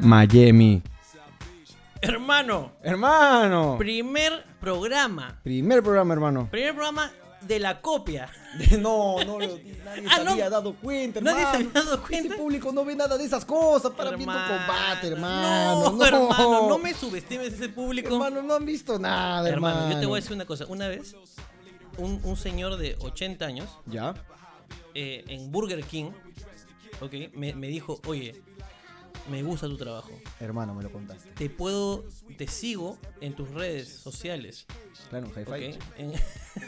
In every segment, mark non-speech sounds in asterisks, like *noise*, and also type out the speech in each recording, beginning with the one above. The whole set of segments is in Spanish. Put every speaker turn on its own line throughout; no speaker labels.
Miami.
Hermano,
Hermano.
primer programa.
Primer programa, hermano.
Primer programa de la copia.
*laughs* No, no, lo- nadie
*laughs* Ah,
se
no.
había dado cuenta, hermano.
Nadie se había dado cuenta.
Este público no ve nada de esas cosas para viendo combate, hermano.
No, hermano, no me subestimes ese público.
Hermano, no han visto nada, hermano.
Hermano, yo te voy a decir una cosa. Una vez, un, un señor de 80 años
¿Ya?
eh, en Burger King ok, me, me dijo, oye, me gusta tu trabajo.
Hermano, me lo contaste.
Te puedo, te sigo en tus redes sociales.
Claro, high
ok, *laughs*
five.
en-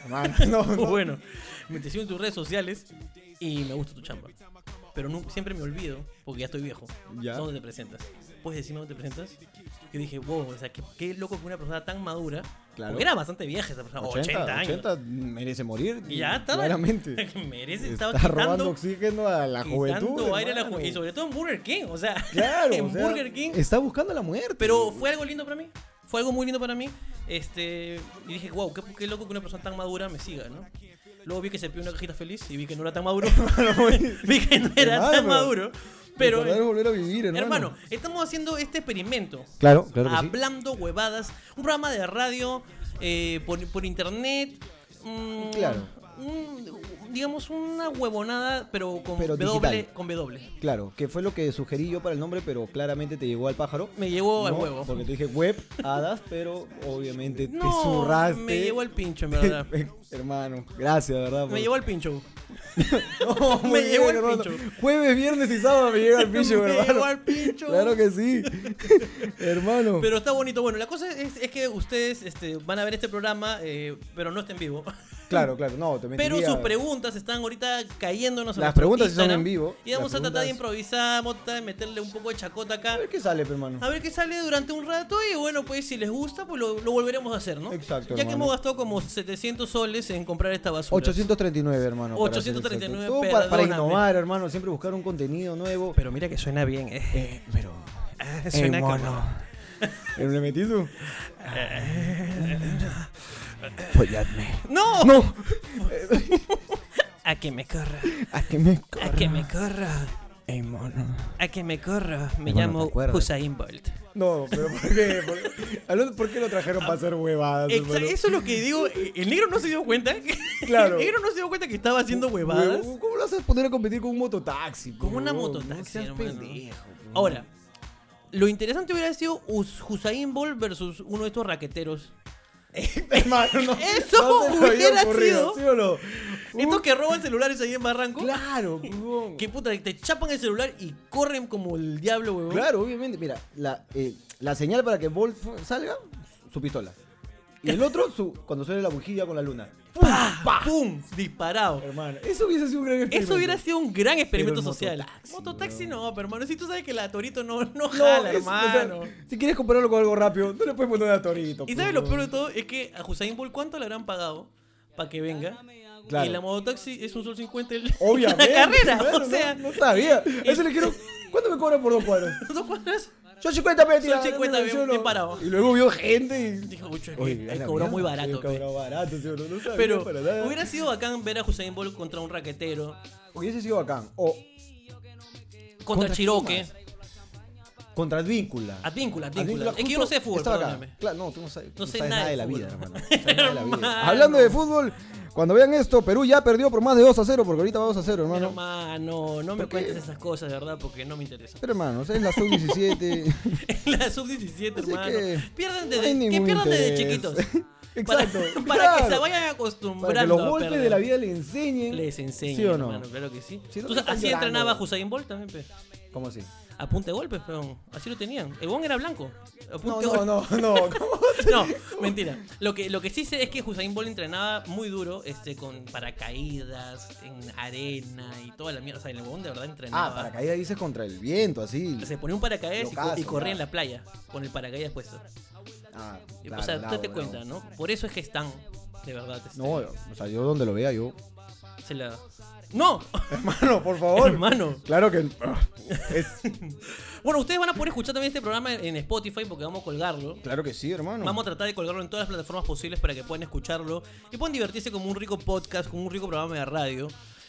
Hermano,
*laughs*
no, no.
bueno, me te sigo en tus redes sociales y me gusta tu chamba. Pero nu- siempre me olvido, porque ya estoy viejo.
Ya.
¿Dónde te presentas? ¿Puedes decirme dónde te presentas? Yo dije, wow, o sea, qué, qué loco que una persona tan madura.
Claro.
Porque era bastante vieja esa persona, 80, años.
80 merece morir.
y ya estaba. *laughs*
Claramente.
Merece,
Está
estaba
robando
quitando,
oxígeno a la juventud.
quitando aire a la
hermano.
juventud. Y sobre todo en Burger King, o sea,
Claro.
*laughs* en
o sea,
Burger King.
Está buscando la muerte.
Pero fue algo lindo para mí. Fue algo muy lindo para mí. Este, y dije, wow, qué, qué loco que una persona tan madura me siga, ¿no? Luego vi que se pidió una cajita feliz y vi que no era
*laughs*
tan maduro. *laughs* vi que no era
Hermano,
tan maduro. Pero,
Recordar
hermano,
volver a vivir, hermano.
estamos haciendo este experimento.
Claro, claro que sí.
hablando huevadas. Un programa de radio eh, por, por internet. mm,
Claro.
un- digamos, una huevonada, pero con
Pero
W.
digital.
Con w.
Claro, que fue lo que sugerí yo para el nombre, pero claramente te llegó al pájaro.
Me llevó al
No,
huevo.
Porque te dije web, hadas, pero obviamente te
No,
zurraste.
me llevó
*laughs*
al pincho, en verdad.
Hermano, gracias, de ¿verdad? por-
Me llevó al pincho.
*laughs* No, muy
*laughs* me
bien,
llevó al
hermano.
pincho.
Jueves, viernes y sábado me llega al pincho,
*laughs* Me
hermano.
llevó al pincho.
Claro que
*laughs*
sí. hermano.
Pero está bonito. Bueno, la cosa es, es que ustedes este, van a ver este programa, eh, pero no está en vivo.
Claro, claro. No, te
Pero
mentiría.
sus preguntas están ahorita cayéndonos. en
Las
nuestro
preguntas sí son
Instagram.
en vivo.
Y vamos
Las
a tratar de
preguntas-
improvisar, vamos a tratar de meterle un poco de chacota
A
acá.
ver qué sale, pe, hermano.
A ver qué sale durante un rato y bueno, pues si les gusta, pues lo, lo volveremos a hacer, ¿no?
Exacto,
Ya que
hermano.
hemos gastado como 700 soles en comprar esta basura.
839, hermano. para ser
839,
exacto. Tú para, para
perdóname.
innovar, hermano, siempre buscar un contenido nuevo.
Pero mira que suena bien, eh.
Eh, pero.
Ah,
el
suena como-
*laughs* ¿Le metí tú? Folladme.
¡No!
¡No!
*laughs* A que me corra,
¿A qué me
a que me corra,
Ey, mono.
a que me corra. Me
Hermano, ¿te
llamo
acuerdas?
Hussein Bolt.
No, pero ¿por qué? ¿Por, hablando- ¿por qué lo trajeron para hacer huevadas,
Exa-
hermano?
eso es lo que digo. El negro no se dio cuenta.
Claro.
*laughs* El negro no se dio cuenta que estaba haciendo huevadas.
Huevo, ¿Cómo lo vas a poner a competir con un mototaxi? pe,
Con una
huevón?
mototaxi,
No seas
hermano.
pendejo, pe.
Ahora, lo interesante hubiera sido Us- Usain Bolt versus uno de estos raqueteros.
*laughs* hermano, no.
Eso
no se me había
hubiera
ocurrido,
sido-
¿sí o no?
Estos
Uh,
que roban celulares ahí en Barranco.
Claro, huevón.
Que puta, te chapan el celular y corren como el diablo, huevón.
Claro, obviamente. Mira, la, eh, la señal para que Bolt fu- salga, su pistola. Y el otro, su, cuando suene la bujía con la
*laughs*
luna.
¡Pah! ¡Pum! Disparado.
Hermano, eso hubiese sido un gran experimento.
Eso hubiera sido un gran experimento
Pero el
social.
mototaxi,
Mototaxi, no, pero hermano. Si tú sabes que la Torito no, no jala,
No, es- o sea,
hermano.
si quieres compararlo con algo rápido, no le puedes poner a Torito.
y
pues,
sabes lo
no.
peor de todo es que a Usain Bolt cuánto le habrán pagado para que venga.
Claro.
Y la mototaxi es un sol 50 el-
Obviamente.
*laughs* la carrera.
claro,
o sea,
No, no
*laughs*
sabía. A Eso le quiero. ¿Cuánto me cobran por dos cuadros?
¿Tú cuadras?
Yo 50 pesos.
Son 50, bien- bien parado.
Y luego vio gente y.
Dijo, "Ucho, es que
Oye,
él
la
cobró
mierda,
muy
él
barato. pe".
Cobró barato, sí, no, no sabía
Pero
para nada.
hubiera sido bacán ver a Hussein Bolt contra un raquetero,
Hubiese sido bacán. O
contra
¿Contra
Chiroque.
quién contra Advíncula.
Advíncula, Advíncula. Es que yo no sé de fútbol,
Estaba acá.
perdóname.
Claro, no, tú no sabes,
No
no
sé
sabes
nada
nada de
de
la
fútbol.
vida, hermano. No sabes nada de la vida.
Hermano.
Hablando de fútbol, cuando vean esto, Perú ya perdió por más de 2 a 0, porque ahorita va 2 a 0, hermano.
Hermano, no me
¿Por qué?
cuentes esas cosas, de verdad, porque no me interesa.
Pero hermano, es la
*laughs*
sub-17.
la sub-17,
Así
hermano.
que
Pierden
no hay
desde, que
ningún
pierdan desde
interés. *laughs*
chiquitos.
Exacto,
*laughs* Para, para
claro.
que se vayan
Para
acostumbrando.
que los
a
golpes
perder.
de la vida le enseñen.
Les enseñen,
¿Sí o no?
hermano, claro que sí.
Sí, no
Entonces,
están
así
llorando.
entrenaba Hussein Bolt también, pe.
¿Cómo así?
A punta de golpes, peón. Así lo tenían. El Bon era blanco. A punta
No, no,
de *laughs* golpes.
no, no. ¿Cómo?
No, mentira. Lo que, lo que sí sé es que Usain Bolt entrenaba muy duro este, con paracaídas, en arena y toda la mierda. O sea, el huevón de verdad entrenaba.
Ah, paracaídas dices contra el viento, así.
Se ponía un paracaídas y, co-
Locazo,
y corría
ya.
en la playa con el paracaídas puesto.
Ah,
Y,
claro,
o sea,
bravo,
date
bravo.
cuenta, ¿no? Por eso es que están, de verdad. este,
No, o sea, yo donde lo vea,
*laughs*
yo.
se la- ¡No! *laughs*
Hermano, por favor.
Hermano.
Claro que. ah, es-
Bueno, ustedes van a poder escuchar también este programa en Spotify porque vamos a colgarlo.
claro que sí, hermano.
Vamos a tratar de colgarlo en todas las plataformas posibles para que puedan escucharlo y puedan divertirse como un rico podcast, como un rico programa de radio.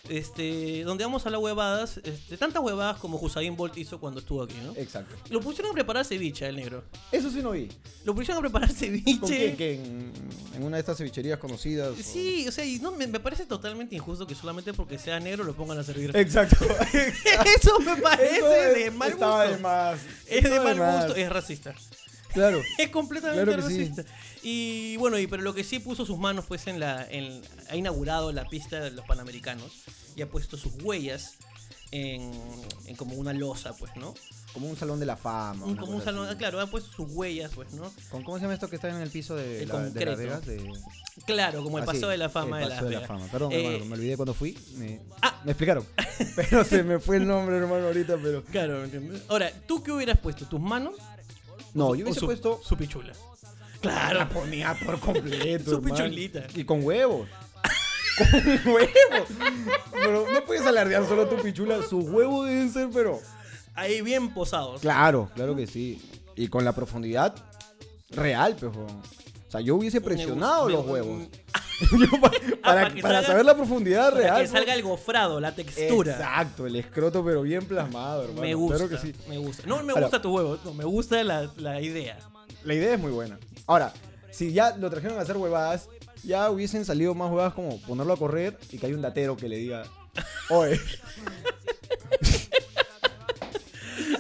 este, donde vamos a las huevadas, este, tantas huevadas como Hussein Bolt hizo cuando estuvo aquí, ¿no?
Exacto.
Lo pusieron a preparar ceviche, el negro.
Eso sí no vi.
Lo pusieron a preparar ceviche.
¿Con quién? ¿Qué? ¿En, en una de estas cevicherías conocidas? o-
Sí, o sea, y no, me, me parece totalmente injusto que solamente porque sea negro lo pongan a
*laughs*
servir.
Exacto.
*laughs* Eso me parece
Eso
de
es-
mal gusto.
estaba de más.
Es de
Estaba
mal
más.
gusto, es racista.
Claro.
Es completamente
Claro que sí.
racista. Y bueno, y, pero lo que sí puso sus manos pues en la en- ha inaugurado la pista de los Panamericanos y ha puesto sus huellas en, en como una losa, pues, ¿no?
Como un salón de la fama.
Un-
una
como un
cosa
salón,
así.
ah, claro, ha puesto sus huellas, pues, ¿no?
¿Con cómo se llama esto que está en el piso de,
El
la, de
concreto.
Las Vegas? De...
Claro, como el
Ah,
paseo
sí,
de la fama
el
de,
Paseo
Las
de la
Vegas.
fama. Perdón,
Eh,
hermano, me olvidé cuando fui. Me,
Ah.
me
*laughs*
explicaron. Pero se me fue el nombre, hermano, ahorita, pero.
Claro, ¿me entiendes? Ahora, ¿tú qué hubieras puesto? ¿Tus manos?
No,
o
yo
o
hubiese
su,
puesto
Su pichula. Claro.
Ah, ponía por *laughs* completo.
Su
hermano.
pichulita.
Y con huevos. *laughs* con huevos. Pero no puedes alardear solo tu pichula. Sus huevos deben ser, pero.
Ahí bien posados.
Claro, claro que sí. Y con la profundidad real, pues. huevón. O sea, yo hubiese presionado
Me-
los
me- Ah,
huevos. *laughs* Yo pa- para
para que
para
salga-
saber la profundidad
Para
real. pues.
que salga el gofrado, la textura.
Exacto, el escroto, pero bien plasmado, hermano.
Me gusta.
Claro que sí.
Me gusta. No me
Ahora-
gusta tu huevo, no, me gusta la, la idea.
La idea es muy buena. Ahora, si ya lo trajeron a hacer huevadas, ya hubiesen salido más huevadas como ponerlo a correr y que hay un datero que le diga, oye,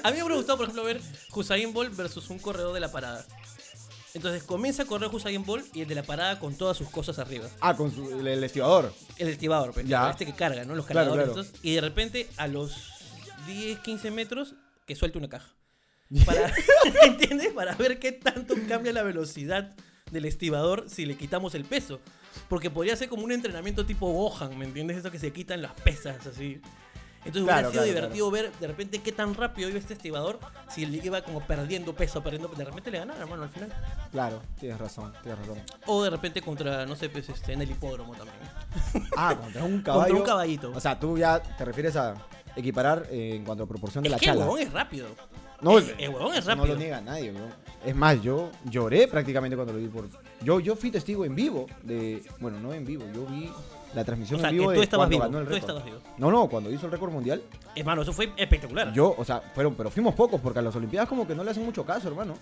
A mí me hubiera gustado, por ejemplo, ver Hussein Bolt versus un corredor de la parada. Entonces comienza a correr Hussein Bolt y el de la parada con todas sus cosas arriba.
ah, con su- el, el estibador.
El estibador, pues,
Ya.
este que carga, ¿no? Los
Claro,
cargadores.
claro.
estos. y de repente a los 10, 15 metros que suelte
*laughs*
una caja. Para, *laughs* ¿Entiendes? Para ver qué tanto cambia la velocidad del estibador si le quitamos el peso. Porque podría ser como un entrenamiento tipo Gohan, ¿me entiendes? Eso que se quitan las pesas así. Entonces
Claro,
hubiera sido
claro,
divertido ver de repente qué tan rápido iba este estibador si le iba como perdiendo peso, perdiendo. De repente le ganaba, hermano, al final.
Claro, tienes razón, tienes razón.
O de repente contra, no sé, pues este, en el hipódromo también.
Ah, contra un caballo.
Contra un caballito.
O sea, tú ya te refieres a equiparar eh, en cuanto a proporción de
Es
la
que el
chala.
huevón es rápido.
No,
el, el huevón es
eso
rápido.
No lo niega nadie, weón. Es más, yo lloré prácticamente cuando lo vi por. Yo, yo fui testigo en vivo de. Bueno, no en vivo, yo vi la transmisión
O sea,
en vivo
que tú
de
estabas
cuando
vivo,
ganó el
tú
récord.
estabas vivo.
No, no, cuando hizo el récord mundial,
Hermano, eso fue espectacular.
yo, o sea, fueron, pero fuimos pocos, porque a las Olimpiadas como que no le hacen mucho caso, hermano.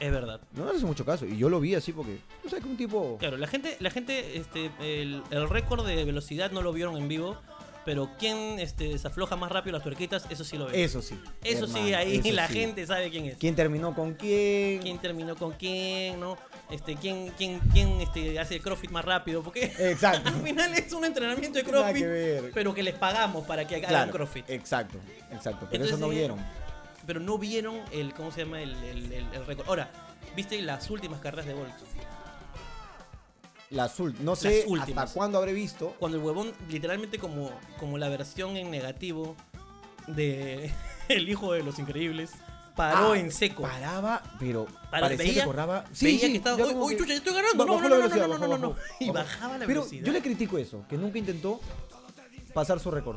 Es verdad.
No le hacen mucho caso. Y yo lo vi así porque. Tú sabes que un tipo.
Claro, la gente, la gente, este, el, el récord de velocidad no lo vieron en vivo, pero quién este, se afloja más rápido las tuerquitas, eso sí lo vieron.
Eso sí.
eso sí,
hermano,
ahí
eso
la
sí.
gente sabe quién es. ¿Quién?
¿Quién terminó con quién?
terminó con quién, ¿no? Este, quién, quién, quién este, hace el CrossFit más rápido, porque *laughs*
Exacto.
al final es un entrenamiento de
Nada
CrossFit,
que ver.
pero que les pagamos para que hagan
Claro,
CrossFit.
exacto, exacto. Pero
Entonces,
eso no
sí,
vieron.
Pero no vieron el, ¿cómo se llama? El, el- el- el récord. Ahora, ¿viste las últimas carreras de Bolt?
La azul. No sé hasta
últimas.
cuándo habré visto.
Cuando el huevón, literalmente como, como la versión en negativo de *laughs* El hijo de los increíbles, paró
Ah,
en seco.
Paraba, pero
Paró,
parecía
veía-
que corraba.
veía que estaba,
ya
"Uy,
como
uy,
que
chucha, ya estoy ganando". No,
bajó la
no, no, no,
velocidad,
no, no,
bajó,
no, no.
bajó,
Y
bajó.
bajaba la
pero
velocidad.
Yo le critico eso, que nunca intentó pasar su récord.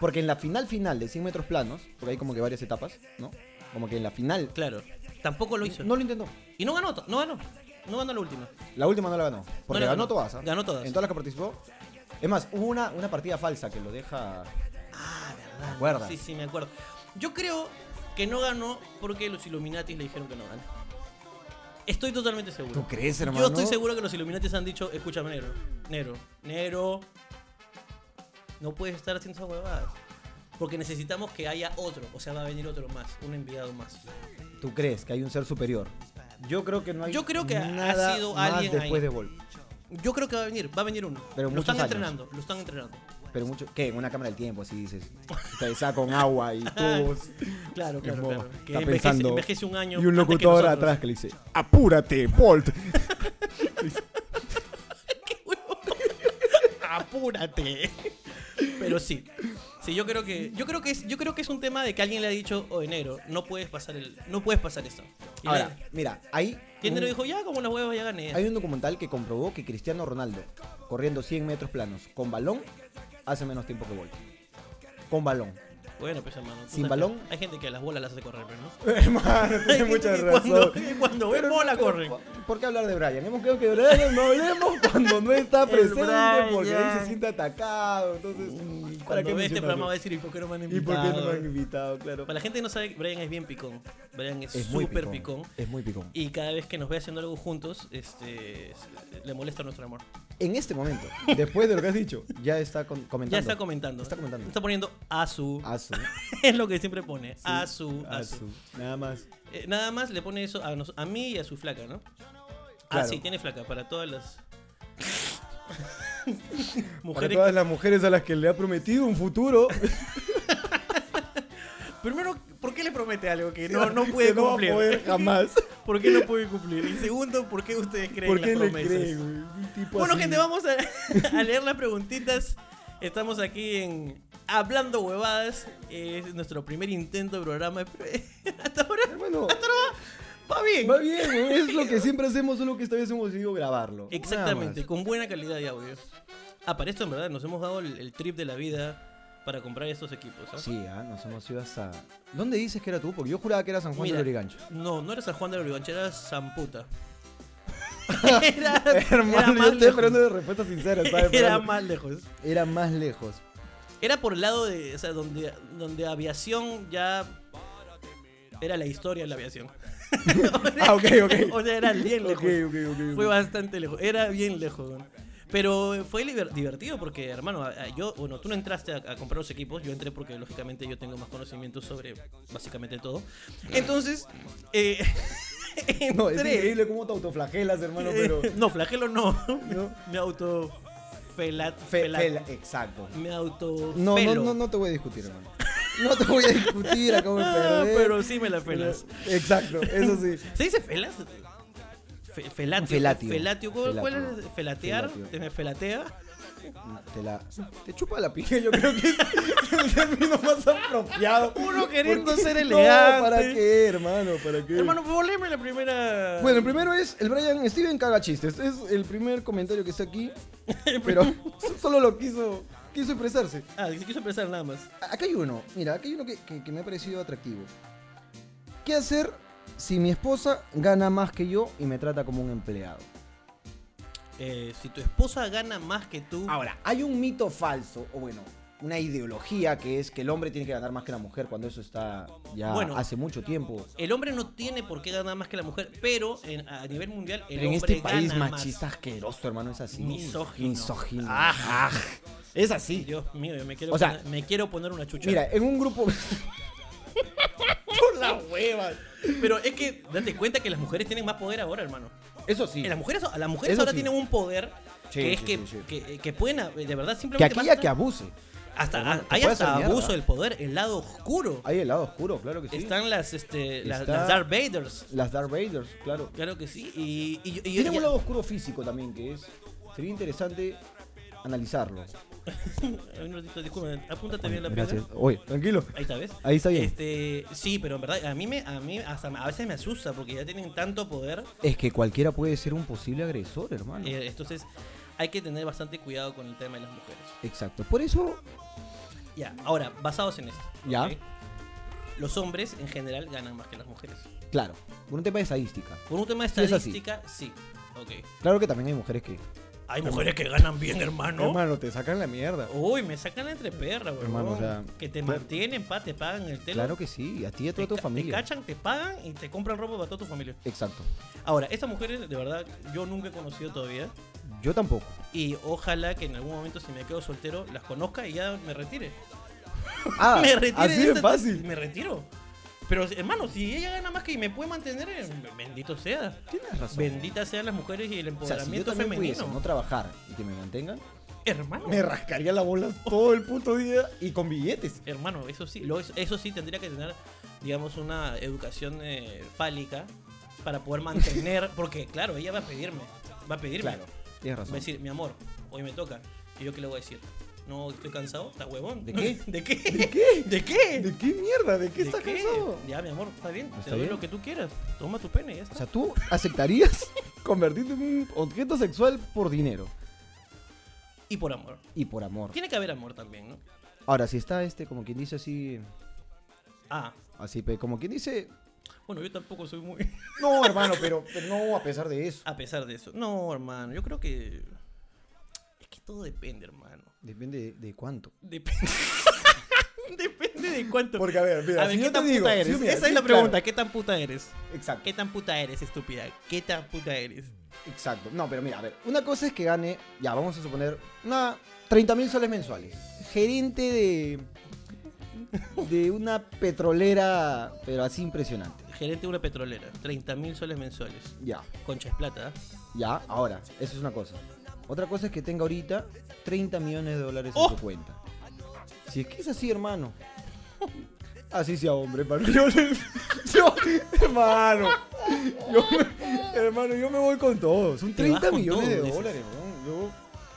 Porque en la final final de 100 metros planos, porque hay como que varias etapas, ¿no? Como que en la final
Claro, tampoco lo hizo.
no lo intentó.
Y no ganó, to- no ganó. No ganó la última.
La última no la ganó. Porque
la
ganó,
ganó.
todas. ¿ah?
Ganó todas.
En todas las que participó. Es más, hubo una, una partida falsa que lo deja.
Ah, verdad. ¿Te
acuerdas?
Sí, sí, me acuerdo. Yo creo que no ganó porque los Illuminatis le dijeron que no ganó. Estoy totalmente seguro.
¿Tú crees,
Yo
hermano?
estoy seguro que los Illuminatis han dicho, escúchame, negro, negro, negro. No puedes estar haciendo esas huevadas. Porque necesitamos que haya otro, o sea, va a venir otro más, un enviado más.
¿Tú crees que hay un ser superior? Yo creo que no hay
Yo creo que ha
nada
sido
más
alguien
después
ahí.
de Bolt.
Yo creo que va a venir, va a venir uno.
Pero
lo
muchos
están
años.
entrenando, lo
*laughs*
están entrenando.
Pero mucho. ¿Qué? En una cámara del tiempo, así dices. Te saca con agua
*laughs*
y tubos.
Claro,
Es
claro,
como,
claro. Que
está
envejece,
pensando.
envejece un año.
Y un
antes que
locutor
nosotros.
atrás que le dice: ¡Apúrate, Bolt!
Apúrate. Pero sí. Sí, yo creo que yo creo que es yo creo que es un tema de que alguien le ha dicho, "Oye, negro, no puedes pasar el no puedes pasar eso." Y
Ahora,
le-
mira, ahí.
y el negro dijo, "Ya, como las huevas ya gané."
Hay un documental que comprobó que Cristiano Ronaldo, corriendo 100 metros planos con balón, hace menos tiempo que Bolt. Con balón.
Bueno, pues hermano. tú
Sin
sabes
balón.
que Hay gente que a las bolas las hace correr, pero
*laughs*
no.
Hermano, tiene
Hay gente
mucha
que
razón.
Cuando, que cuando ve bola, corre.
¿Por qué hablar de Brian? Hemos quedado que Brian no hablemos cuando no está presente
Brian.
porque él se siente atacado. Entonces, ¿para qué
Cuando ve este
mencionarlo?
programa va a decir, ¿y por qué no me han
¿Y por qué no
invitado?
me han invitado? Claro.
Para la gente que no sabe, Brian es bien picón. Brian es
Es muy
súper picón.
Es muy picón.
Y cada vez que nos ve haciendo algo juntos, este, le molesta nuestro amor.
En este momento, después de lo que has dicho, ya está con- comentando.
Ya está comentando.
Está comentando.
Está poniendo a su.
Asu.
*laughs* Es lo que siempre pone. A
Asu,
su. A su.
Nada más.
Eh, nada más le pone eso a, nos- a mí y a su flaca, ¿no? Ah,
Claro.
sí, tiene flaca. Para
*laughs*
todas las.
Para
Mujeres.
todas las mujeres a las que le ha prometido un futuro.
Primero, ¿por qué le promete algo que *laughs* no, no
*laughs*
puede
que no va a
cumplir? *laughs*
poder jamás.
¿Por qué no puede cumplir? Y segundo, ¿por qué ustedes creen
¿Por qué
las
le Pues
promesas?
cree, güey? Un tipo
Bueno,
así.
gente, vamos a, a *laughs* leer las preguntitas. Estamos aquí en Hablando Huevadas. Es nuestro primer intento de programa. *laughs* Hasta ahora
Bueno,
va bien.
va bien, güey. es lo que siempre hacemos, solo que esta vez hemos decidido grabarlo. Nada
Exactamente, con buena calidad de audio. Ah, para esto en verdad nos hemos dado el, el trip de la vida para comprar estos equipos. ¿ah?
más. Sí, ah, nos hemos ido hasta. ¿Dónde dices que era tú? Porque yo juraba que era San Juan
Mira,
de Lurigancho.
No, no era San Juan de la Olivancha, era
*laughs*
San Puta. *laughs* era, era
Hermano, yo
más
estoy
lejos.
esperando de respuestas sinceras, ¿sabes?
*laughs* Era
Fernando?
más lejos.
Era más lejos.
Era por el lado de. O sea, donde, donde aviación ya. Era la historia de la aviación.
*laughs* Ah, ok, ok.
*laughs* o sea, era bien lejos.
Ok, ok, ok, ok.
Fue bastante lejos. Era bien lejos, weón. Pero fue liber- divertido porque, hermano, a- a- yo, bueno, tú no entraste a, a comprar los equipos, yo entré porque lógicamente yo tengo más conocimiento sobre básicamente todo. Entonces, eh, *laughs* entré.
No, es increíble cómo te autoflagelas, hermano, pero.
*laughs* Eh, no, flagelo no.
No.
Me auto. Felat,
Fe-
felat-
fela- exacto.
Me auto.
No, no,
felo.
no, no te voy a discutir, hermano. No te voy a discutir, acabo de
Ah,
perder.
*laughs* pero sí me la felas.
Exacto, eso sí.
¿Se dice felas? Fe- felatio.
Felatio.
Felatio. ¿Cuál, cuál
Felatio.
es? ¿Felatear?
Felatio.
¿Te me felatea?
Te la. Te chupa la pija, yo creo que es el término más apropiado.
Uno queriendo
Porque-
ser
No, ¿para
elegante.
qué, hermano? ¿Para qué?
Hermano, pues volveme la primera.
bueno, el primero es el Brian Steven caga chistes. Es el primer comentario que está
*laughs*
aquí, pero *laughs* solo lo quiso quiso expresarse.
Ah, se quiso empezar nada más.
Acá hay uno, mira, acá hay uno que, que- que me ha parecido atractivo. ¿Qué hacer si mi esposa gana más que yo y me trata como un empleado?
Eh, si tu esposa gana más que tú.
Ahora, hay un mito falso, o bueno, una ideología que es que el hombre tiene que ganar más que la mujer cuando eso está ya
Bueno.
hace mucho tiempo.
El hombre no tiene por qué ganar más que la mujer, pero en- a nivel mundial el
Pero en
hombre
este país
gana
machista asqueroso, hermano, es así.
Misógino. Ah.
Misógino. Ah.
Ajá.
Es
más.
así.
Dios mío, yo me quiero,
O sea,
poner, me quiero poner una chucha.
Mira, en un
*laughs*
grupo. Por las huevas.
Pero es que date cuenta que las mujeres tienen más poder ahora, hermano.
Eso sí.
Eh, Las mujeres, las mujeres
Eso
ahora
sí.
tienen un poder
Sí,
que es
sí,
que,
sí, sí.
Que, que pueden, a- de verdad,
Que
simplemente.
aquí
basta-
ya que abuse.
hasta,
Hermano,
a-
te
hay
puedes
hasta
hacer
abuso
mierda.
del poder, el lado oscuro.
Hay el lado oscuro, claro que sí.
Están las, este, las,
Está-
las Darth Vaders.
Las Darth Vaders, claro.
Claro que sí. Y, y, y- y-
Tiene
y-
un lado oscuro físico también, que es. Sería interesante analizarlo.
*laughs* Ay, no, disculpa, apúntate bien la
Gracias.
piedra.
Oye, tranquilo.
Ahí está, ¿ves?
Ahí está bien.
Este, sí, pero en verdad, a mí, me, a mí hasta a veces me asusta porque ya tienen tanto poder.
Es que cualquiera puede ser un posible agresor, hermano.
Eh, entonces, hay que tener bastante cuidado con el tema de las mujeres.
Exacto. Por eso.
Ya, ahora, basados en esto.
Ya.
¿ok? Los hombres en general ganan más que las mujeres.
Claro, por un tema de estadística.
Por un tema de
Sí, es así.
estadística, sí. Ok.
Claro que también hay mujeres que.
Hay mujeres que ganan bien, hermano.
Hermano, te sacan la mierda.
Uy, me sacan entre perras, weón.
Hermano, o sea,
que te
claro.
mantienen, pa, te pagan el telo.
Claro que sí, a ti y a toda
te,
tu
ca-
familia.
Te cachan, te pagan y te compran ropa para toda tu familia.
Exacto.
Ahora, estas mujeres, de verdad, yo nunca he conocido todavía.
Yo
*laughs*
tampoco.
Y ojalá que en algún momento, si me quedo soltero, las conozca y ya me retire.
Ah,
me retire
así
de este
de
esta-
fácil.
Me retiro. Pero, hermano, si ella gana más que y me puede mantener, eh, bendito sea.
Tienes razón.
Benditas sean las mujeres y el
o sea, si yo
empoderamiento
también
femenino.
pudiese no trabajar y que me mantengan,
Hermano.
me rascaría la bola todo el puto día y con billetes.
Hermano, eso sí, lo- eso, eso sí tendría que tener, digamos, una educación eh, fálica para poder
*laughs*
mantener, porque claro, ella va a pedirme, va a pedirme,
Claro, tienes
va a
razón.
decir, mi amor, hoy me toca, y yo qué le voy a decir, no, estoy cansado, está huevón,
¿De qué?
*laughs* ¿de qué?
¿De qué?
¿De qué?
¿De qué mierda? ¿De qué
¿De
estás
qué?
cansado?
Ya, mi amor, está bien, te
Está
doy
bien.
lo que tú quieras, toma tu pene, ya
O
está.
sea, ¿tú
*laughs*
aceptarías convertirte en un objeto sexual por dinero
y por amor.
y por amor?
Tiene que haber amor también, ¿no?
Ahora, si está este, como quien dice así,
Ah,
así, pe- como quien dice,
bueno, yo tampoco soy muy... *laughs*
no, hermano, pero, pero no, a pesar de eso.
A pesar de eso. No, hermano, yo creo que... Es que todo depende, hermano.
Depende de, de cuánto.
Depende... *laughs* depende de cuánto...
Porque, a ver, mira,
a ver,
si
¿qué
yo te
tan
digo,
puta
si
eres?
yo- mira,
Esa
sí,
es la pregunta,
claro.
¿qué tan puta eres?
Exacto.
¿Qué tan puta eres, estúpida? ¿Qué tan puta eres?
Exacto. No, pero mira, a ver, una cosa es que gane, ya, vamos a suponer, una 30 mil soles mensuales. Gerente de. de una petrolera, pero así impresionante.
Gerente de una petrolera, 30 mil soles mensuales.
Ya,
Concha es plata. *laughs* ¿ah?
ya, ahora, eso es una cosa. Otra cosa es que tenga ahorita 30 millones de dólares en
¡Oh!
su cuenta. Si es que es así, hermano. *laughs* Así sea, hombre, hermano. Yo, *laughs* yo- hermano. yo me- hermano, yo me voy con todo. Son
Te vas
30
con
millones
todo,
de
dices.
dólares, weón. Yo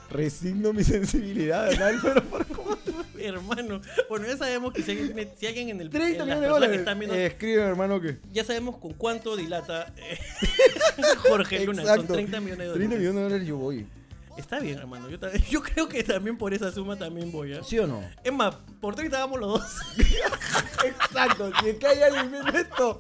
resigno mi *laughs* sensibilidad, hermano, pero por cómo-
Hermano, bueno, ya sabemos que si alguien, tiene- si alguien en *laughs* el
30
en
millones de
las personas que
dólares.
están viendo,
Eh, escribe, hermano, que.
ya sabemos con cuánto dilata
*laughs*
eh, Jorge Luna. Son
Exacto.
30 millones de
30
dólares.
millones de dólares yo voy.
Está bien, hermano. Yo, también- *laughs* yo creo que también por esa suma también voy a.
¿Sí o no?
Es más, por 30 hagamos los dos.
Exacto, si es que hay alguien viendo esto,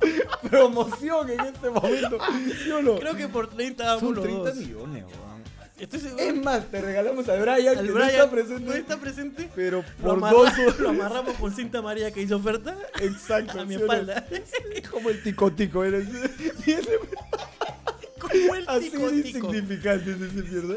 promoción en este momento. ¿Sí o no?
Creo que por 30 hagamos
Son
los
30
dos.
millones, weón.
Estoy seguro.
Es más, te regalamos a Brian,
Al
que
Brian,
no está presente,
no está presente.
pero
Lo,
por
amarra-
dos horas.
*laughs* lo amarramos con cinta amarilla que hizo oferta
Exacto,
a mi
¿sí o no?
espalda.
*laughs* Como el ticotico, era
*laughs*
ese- y ese-
Como el
así
tico,
de
tico.
insignificante es ese mierda.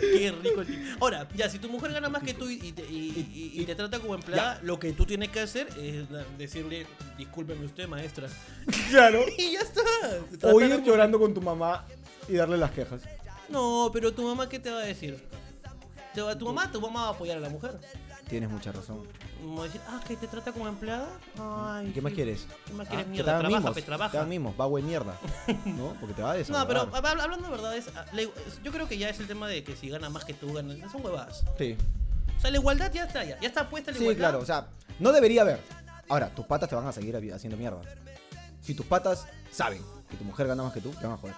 Qué rico el tico. Ahora, ya, si tu mujer gana más que tú y, y te, y- y- y te trata como empleada, lo que tú tienes que hacer es da- decirle, discúlpeme usted, maestra.
*laughs* Claro,
Y ya está.
o
Tratarla
ir
como-
llorando con tu mamá y darle las quejas.
No, pero tu mamá, ¿qué te va a decir? Te va- tu mamá, tu mamá va a apoyar a la mujer.
Tienes mucha razón.
Va a decir, ah, que te trata como empleada. Ay,
¿Qué más
sí.
quieres?
¿Qué más quieres,
Ah,
mierda?
hagan
Trabaja,
mimos,
pe,
Te
trabaja.
hagan mimos, va buen mierda. ¿No? Porque te va a
*laughs* No, pero
desagradar.
hab- hab- hablando de verdad, es, le- yo creo que ya es el tema de que si gana más que tú, ganas. Son huevadas.
Sí.
O sea, la igualdad ya está, ya, ya está puesta la
Sí,
igualdad.
claro, o sea, no debería haber. Ahora, tus patas te van a seguir habi- haciendo mierda. Si tus patas saben que tu mujer gana más que tú, te van a
*laughs*
joder.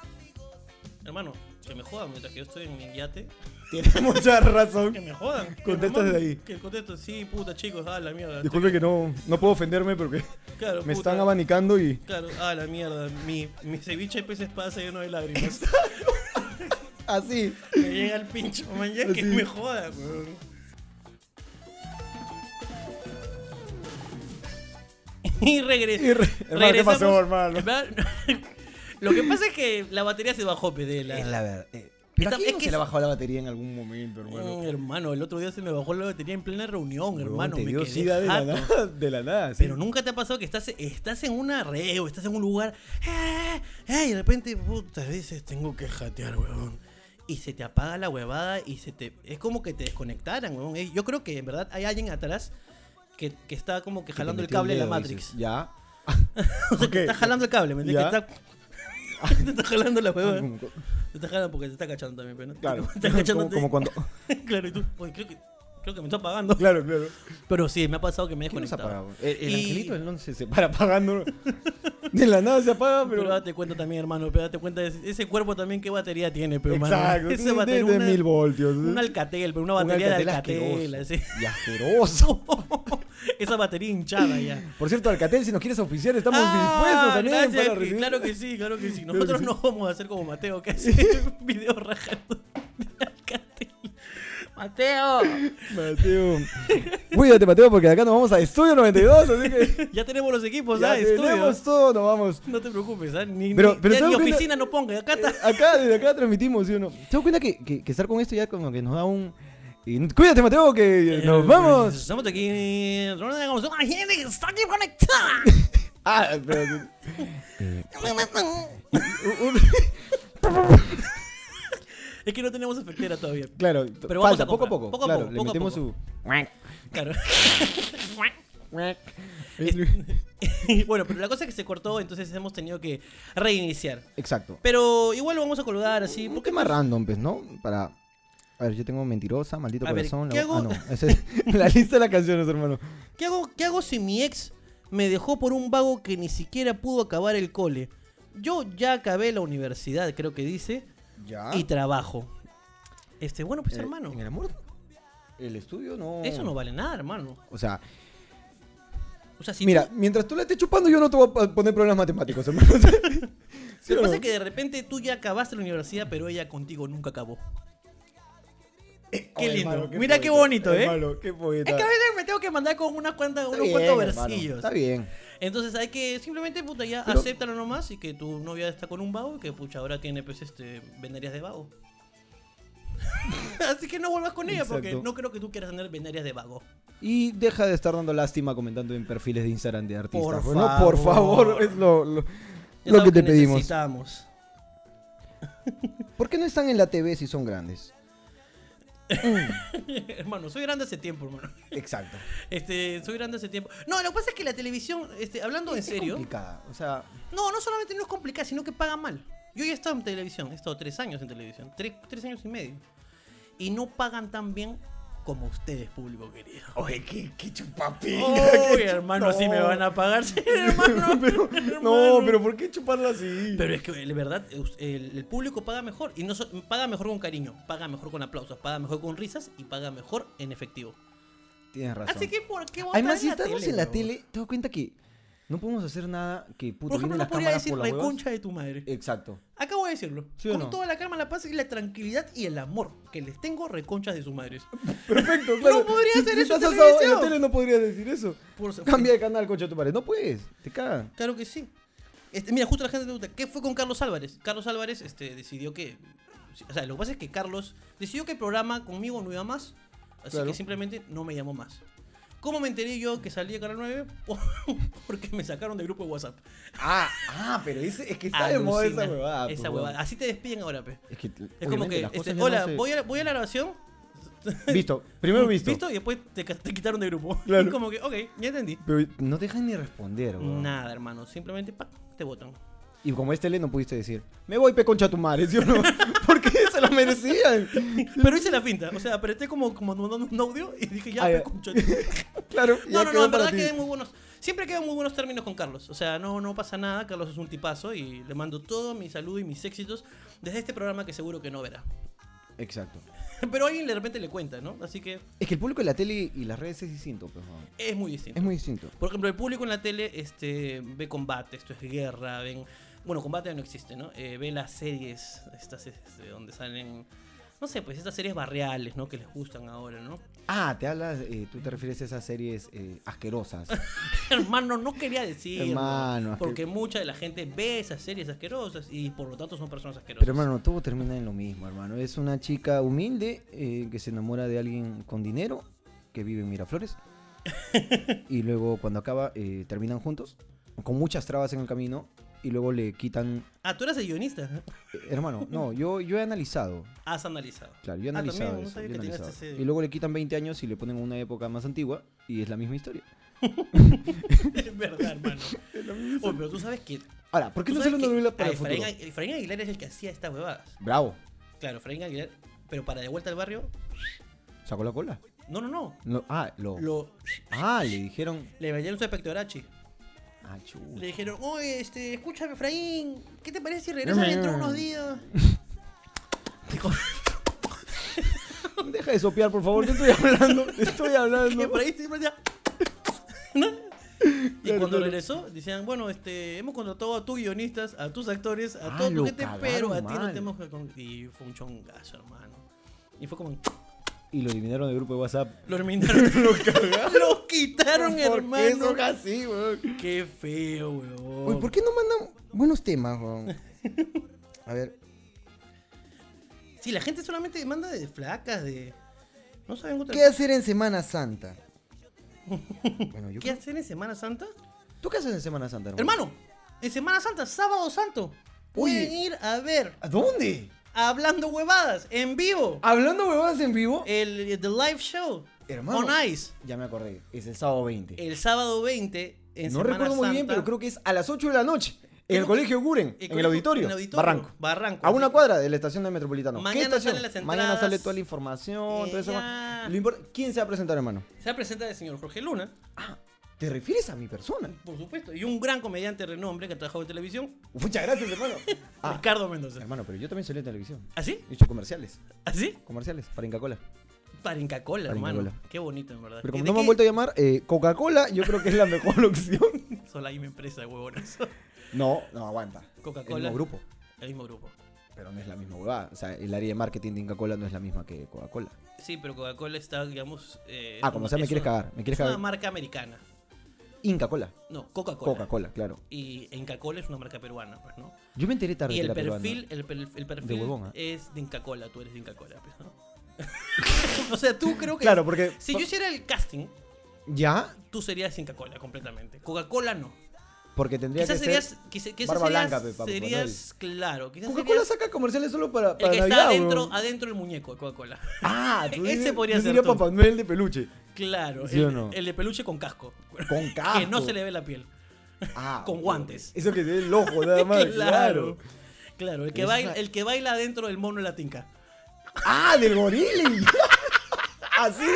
Hermano, que me jodan mientras que yo estoy en mi yate. *laughs*
Tienes mucha
Que
razón.
me jodan. que
*laughs* Contestas
me manden-
de ahí.
Que contesto, sí, puta, chicos, ah, la mierda.
Disculpe que no, no puedo ofenderme porque
Claro,
me
puta,
están abanicando y.
Claro, ah, la mierda. Mi, mi ceviche de peces pasa lleno
*laughs*
de lágrimas.
Así.
me llega el pincho, man, ya que
Así.
me jodan, weón. Y regresé.
Y re- hermano, ¿qué pasó, hermano?
*laughs* Lo que pasa es que la batería se bajó pe, de la.
Es la verdad. eh, pero
Esta-
aquí
es
no
que
se le
es-
bajó la batería en algún momento, hermano.
Mm, hermano, el otro día se me bajó la batería en plena reunión, hermano.
Huevón, te
me
dio
quedé
sida de la
jato.
nada. De la nada, sí.
Pero nunca te ha pasado que estás, estás en una red o estás en un lugar eh, eh, y de repente, puta, a veces tengo que jatear, huevón. Y se te apaga la huevada y se te. Es como que te desconectaran, huevón. Eh, Yo creo que en verdad hay alguien atrás que, que está como que
Que te
jalando el
metió un
cable de la
dedo,
Matrix.
dices, Ya.
*laughs* O sea, que
Ok.
está jalando el cable, ¿me entiendes?
Ya.
Que está- *laughs* Te está jalando la
Ah,
huevada.
como-
Te está jalando porque te está cachando también, pero no.
Claro.
*laughs* Te está cachando.
como, como cuando.
*laughs* Claro, y tú, "Oye, creo que, creo que me está apagando.
*laughs* Claro, claro.
Pero sí, me ha pasado que me he
¿Quién nos
desconectado.
apagaba? El, el
Y-
angelito del 11 se para apagando. De la nada se apaga,
Pero,
pero.
date cuenta también, hermano. Pero date cuenta de ese- ese cuerpo también, qué batería tiene, pero hermano.
Exacto,
Ese
de,
batería,
de- de
una,
mil voltios. ¿eh?
un alcatel, pero una batería de alcatel. así. *laughs*
asqueroso. Y asqueroso.
Esa batería hinchada ya.
Por cierto, Alcatel, si nos quieres oficiar, estamos
Ah,
dispuestos también
gracias,
para
que-
recibir.
Claro que sí, claro que sí.
que
Nosotros
sí.
no vamos a hacer como Mateo, que hace *laughs* videos rajando de alcatel. Mateo,
Mateo. Cuídate, Mateo, porque de acá nos vamos a Estudio 92, así
*laughs*
que.
ya tenemos los equipos,
ya
¿sabes?
tenemos todo, nos vamos.
No te preocupes, ¿ah? Ni,
Pero-
ni-
pero
ya
te
ni
das cuenta-
oficina no ponga, acá está.
Eh, acá, desde acá transmitimos, ¿sí o no? ¿Te das cuenta que, que, que estar con esto ya como que nos da un. y- Cuídate, Mateo, que Eh, nos vamos.
Estamos aquí. No nos hagamos una gente que está aquí conectada.
Ah, pero. un-
Es que no tenemos efectera todavía. *laughs*
Claro,
Pero vamos
falta,
a
poco a poco.
comprar. Poco a
claro,
poco,
le
poco a
metemos
poco. Claro.
su.
bueno, pero la cosa es que se cortó, entonces hemos tenido que reiniciar.
Exacto.
Pero igual lo vamos a colgar así.
Un
Porque
tema random, pues, ¿no? Para. A ver, yo tengo mentirosa, maldito
A ver,
corazón.
¿qué
la-
hago?
Ah, no. Esa es *laughs* la lista de las canciones, hermano.
¿qué, hago, ¿Qué hago si mi ex me dejó por un vago que ni siquiera pudo acabar el cole? Yo ya acabé la universidad, creo que dice,
Ya. Eh,
y trabajo. Este, bueno, pues hermano.
¿En el amor? El estudio no.
Eso no vale nada, hermano.
O sea,
O sea, si
mira,
tú-
mientras tú la estés chupando, yo no te voy a pa- poner problemas matemáticos, hermano. *laughs* ¿Sí
lo
o
que
no?
pasa es que de repente tú ya acabaste la universidad, pero ella contigo nunca acabó. Qué
Eh, Ay,
lindo.
hermano,
Mira qué
poeta,
bonito, ¿eh?
hermano, qué poeta.
Es que a veces me tengo que mandar con unas cuantas,
Está
unos
bien,
cuantos
hermano,
versillos.
Está bien.
Entonces hay que simplemente, puta, ya
Pero-
acéptalo nomás y que tu novia está con un vago y que, pucha, ahora tiene, pues, este, venarias de vago. *laughs* Así que no vuelvas con ella porque
Exacto.
no creo que tú quieras tener venarias de vago.
Y deja de estar dando lástima comentando en perfiles de Instagram de artistas.
Por
pues, ¿no? por
favor.
favor, es lo, lo-
Es
lo
algo
que te pedimos.
necesitamos. *laughs*
¿Por qué no están en la TV si son grandes?
hermano, soy grande hace tiempo, hermano.
Exacto.
Este, soy grande hace tiempo. No, lo que pasa es que la televisión, este, hablando en serio,
Complicada. O
*laughs*
sea,
no, no solamente no es complicada, sino que paga mal. Yo ya he estado en televisión, he estado tres años en televisión, tres, tres años y medio. Y no pagan tan bien como ustedes, público querido.
oye, qué, qué chupapinga.
Uy,
qué
hermano,
chup-
sí me
no.
van a pagar, sí, hermano.
*laughs* Pero-
hermano.
no, pero ¿por qué chuparla así?
Pero es que, de verdad, us- el, el público paga mejor. Y no so- paga mejor con cariño, paga mejor con aplausos, paga mejor con risas y paga mejor en efectivo.
Tienes razón.
Así que, ¿por qué votar
Además, si
en la
estamos en la
huevón?
tele, te das cuenta que no podemos hacer nada que puta
Por ejemplo,
vienen
no
las
podría
cámaras
decir
por las huevas.
reconcha de tu madre.
Exacto.
Acabo de decirlo.
¿Sí o
con
no?
toda la calma, la paz y la tranquilidad y el amor que les tengo reconchas de sus madres.
Perfecto,
claro.
claro.
*laughs* No podría
si,
hacer
si
eso en
estás asado en
televisión.
la tele no podrías decir
*laughs*
eso.
Por supuesto.
Cambia de canal, concha de tu madre. No puedes, te cagan.
Claro que sí. Este, mira, justo la gente pregunta, ¿qué fue con Carlos Álvarez? Carlos Álvarez este, decidió que... O sea, lo que pasa es que Carlos decidió que el programa conmigo no iba más, así
Claro.
que simplemente no me llamó más. ¿Cómo me enteré yo que salía Canal 9? *laughs* Porque me sacaron del grupo de WhatsApp.
Ah, ah, pero ese- es que
Alucina.
pues,
Esa huevada. Así te despiden ahora, pe.
Es que,
Es como que, este, hola,
*laughs*
voy, a, la- voy a la grabación,
Visto, primero visto.
*laughs* visto, y después te, ca- te quitaron del grupo.
Claro.
Y como que, ok, ya entendí.
Pero no te dejan ni responder, weón.
Nada, hermano, simplemente pa, te botan.
*laughs* Y como es tele, no pudiste decir, me voy pe concha tu madre, ¿sí o
*laughs*
no? Porque se lo merecían.
Pero hice la finta, o sea, apreté como, como mandando un audio y dije, ya,
Ah,
pe,
ya.
concha de tu
*laughs*
madre.
Claro, ya
No, no, no,
quedó
en
para
verdad
ti.
quedé muy buenos. Siempre quedan muy buenos términos con Carlos. O sea, no, no pasa nada, Carlos es un tipazo y le mando todo mi saludo y mis éxitos desde este programa que seguro que no verá. *laughs*
Exacto.
Pero alguien de repente le cuenta, ¿no? Así que
Es que el público de la tele y las redes es distinto, pues, weón.
es muy distinto.
Es muy distinto.
Por ejemplo, el público en la tele este, ve combate, esto es guerra, ven... Bueno, combate no existe, ¿no? Eh, ve las series, estas este, donde salen... No sé, pues estas series barriales, ¿no? Que les gustan ahora, ¿no? *laughs*
Ah, te hablas, eh, tú te refieres a esas series eh, asquerosas.
Hermano, no quería decir.
Hermano, asque-
Porque mucha de la gente ve esas series asquerosas y por lo tanto son personas asquerosas.
Pero hermano, todo termina en lo mismo, hermano. Es una chica humilde eh, que se enamora de alguien con dinero, que vive en
*laughs*
Miraflores. y luego cuando acaba, eh, terminan juntos, con muchas trabas en el camino, y luego le quitan...
Ah, tú eras el guionista.
eh, hermano, no,
*laughs*
yo, yo he analizado.
Has analizado. *laughs*
Claro, yo he
Ah, también,
analizado.
no
eso, yo
sabía
he
que tenías
analizado.
ese-
Y luego le quitan 20 años y le ponen una época más antigua, y es la misma historia.
es
*laughs*
verdad, hermano. Oye, pero tú sabes que...
Ahora, ¿por qué
tú
no
sabes
sale
que
una novela para
a
el futuro?
Efraín, Agu- Efraín Aguilar es el que hacía estas huevadas.
Bravo,
Claro, Efraín Aguilar. Pero para De Vuelta al Barrio...
sacó la cola.
No, no, no.
No, ah, lo...
Lo,
Ah, le dijeron...
le vendieron su espectorachi.
Ah, chulo.
Le dijeron, oye, este, escúchame, Efraín, ¿qué te parece si regresas dentro de
*laughs*
unos días? Dijo,
*laughs* Deja de sopear, por favor, que estoy
*laughs*
hablando. Estoy
Y
hablando.
por ahí siempre decía, *laughs* ¿no? Y
Claro,
cuando
claro.
regresó, decían, bueno, este, hemos contratado a tus guionistas, a tus actores, a
Ah,
todo tu
lo
gente,
cagaron
pero a ti no
mal.
te hemos... con-". Y fue un chongazo, hermano. Y fue como... *laughs*
Y lo eliminaron del grupo de WhatsApp. *laughs*
Lo eliminaron. *laughs* lo quitaron, hermano.
así, weón?
Qué feo, weón.
Uy, ¿por qué no mandan buenos temas, weón? A ver.
Si la gente solamente manda de flacas, de... No saben otra
¿Qué hacer en Semana Santa? Bueno, yo
¿Qué
creo-
hacen en Semana Santa?
¿Tú qué haces en Semana Santa,
Hermano, en Semana Santa, sábado santo, pueden
Oye.
ir a ver
¿A dónde?
Hablando Huevadas en vivo.
¿Hablando huevadas en vivo?
El The Live Show
Hermano.
on Ice.
Ya me acordé. Es el sábado 20.
El sábado 20 en
Eh, no
Semana
recuerdo muy bien,
Santa.
pero creo que es a las 8 de la noche. En
Creo
el
que-
colegio Guren, en el auditorio,
en el
Barranco.
Barranco.
A una
Así-
cuadra de la estación del Metropolitano.
Mañana
¿Qué estación?
salen las
Mañana
entradas.
sale toda la información,
Eh,
todo eso.
ya.
Lo impor- ¿Quién se va a presentar, hermano?
Se presenta el señor Jorge Luna,
¿Te refieres a mi persona?
por supuesto, y un gran comediante de renombre que ha trabajado en televisión,
Muchas gracias,
*laughs*
hermano. Ah,
Ricardo Mendoza.
hermano, pero yo también salí en televisión.
¿Así?
He hecho comerciales.
¿Así?
Comerciales para Inca Cola.
Parinca-Cola, hermano.
Parinca-Cola.
Qué bonito, en verdad.
Pero como
¿De
no me han
qué?
vuelto a llamar, eh, Coca-Cola yo creo que es la mejor *laughs* opción.
Solo hay una empresa, huevones. *laughs*
No, no, aguanta. El
Coca-Cola.
mismo grupo,
El mismo grupo.
pero no es la misma huevada. O sea, el área de marketing de Inca-Cola no es la misma que Coca-Cola.
Sí, pero Coca-Cola está, digamos. eh,
Ah,
es
como
un-
sea, me
es
quieres
una-
cagar. Me quieres
Es una
cagar.
marca americana.
Inca-Cola.
No, Coca-Cola.
Coca-Cola, claro.
Y Inca-Cola es una marca peruana, pues, ¿no?
Yo me enteré tarde
Y
que
el
era peruana.
perfil, el, per- el perfil
huevón, ¿ah?
es de Inca-Cola, tú eres de Inca-Cola, pues, ¿no? *laughs* o sea, tú creo que.
Claro, porque.
Si yo hiciera el casting,
Ya,
tú serías Inca-Cola completamente. Coca-Cola no.
porque tendría
Quizás
que
serías.
ser.
quizá- quizás
Barba
serías,
blanca, pues, pe, Papá
serías- Claro, quizás
Coca-Cola
serías
saca comerciales solo para,
el
para
que está
Navidad.
adentro,
weón.
adentro del muñeco de Coca-Cola.
Ah, tú
ese
dices-
podría
yo
ser
diría
tú.
Papá Noel de peluche.
*laughs* Claro,
¿Sí o
el-
no?
el de peluche con casco.
Con casco.
*laughs* Que no se le ve la piel.
Ah,
con
ok.
guantes.
Eso que se ve el ojo
*laughs*
nada más. claro.
claro. Claro, el que,
Esa-
baila, el que baila adentro del mono en la tinca.
Ah, del gorila. *laughs* Así de...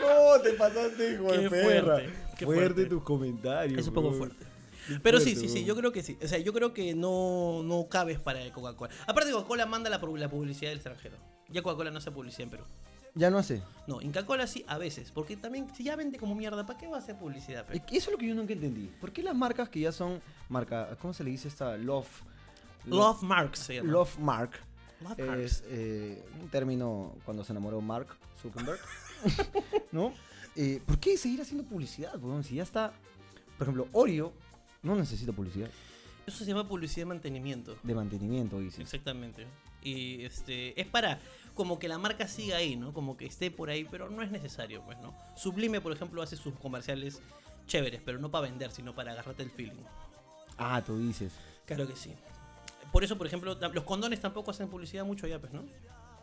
No, te pasaste, hijo de
Qué
perra.
fuerte, qué fuerte.
fuerte tus comentarios.
Es un poco
weón.
fuerte.
Qué
Pero sí,
fuerte,
sí, sí,
weón.
yo creo que sí. O sea, yo creo que no, no cabes para el Coca-Cola. Aparte, Coca-Cola manda la, pu- la publicidad del extranjero. Ya Coca-Cola no hace publicidad en Perú.
Ya no hace.
No, Inca-Cola sí, a veces. Porque también, si ya vende como mierda, ¿para qué va a hacer publicidad? pe?
Es que Eso es lo que yo nunca entendí. ¿Por qué las marcas que ya son marca, ¿cómo se le dice esta? Love.
Love Marks se llama.
Love Mark.
Love Marks.
Es eh, un término cuando se enamoró Mark Zuckerberg. *laughs* ¿No? Eh, ¿Por qué seguir haciendo publicidad, weón? Si ya está. Por ejemplo, Oreo no necesita publicidad
Eso se llama publicidad de mantenimiento.
de mantenimiento, dice.
Exactamente. Y este es para como que la marca siga ahí, ¿no? Como que esté por ahí, pero no es necesario, pues, ¿no? Sublime, por ejemplo, hace sus comerciales chéveres, pero no para vender, sino para agarrarte el feeling.
Ah, tú dices.
Claro que sí. Por eso, por ejemplo, tam- los condones tampoco hacen publicidad mucho allá, pues, ¿no?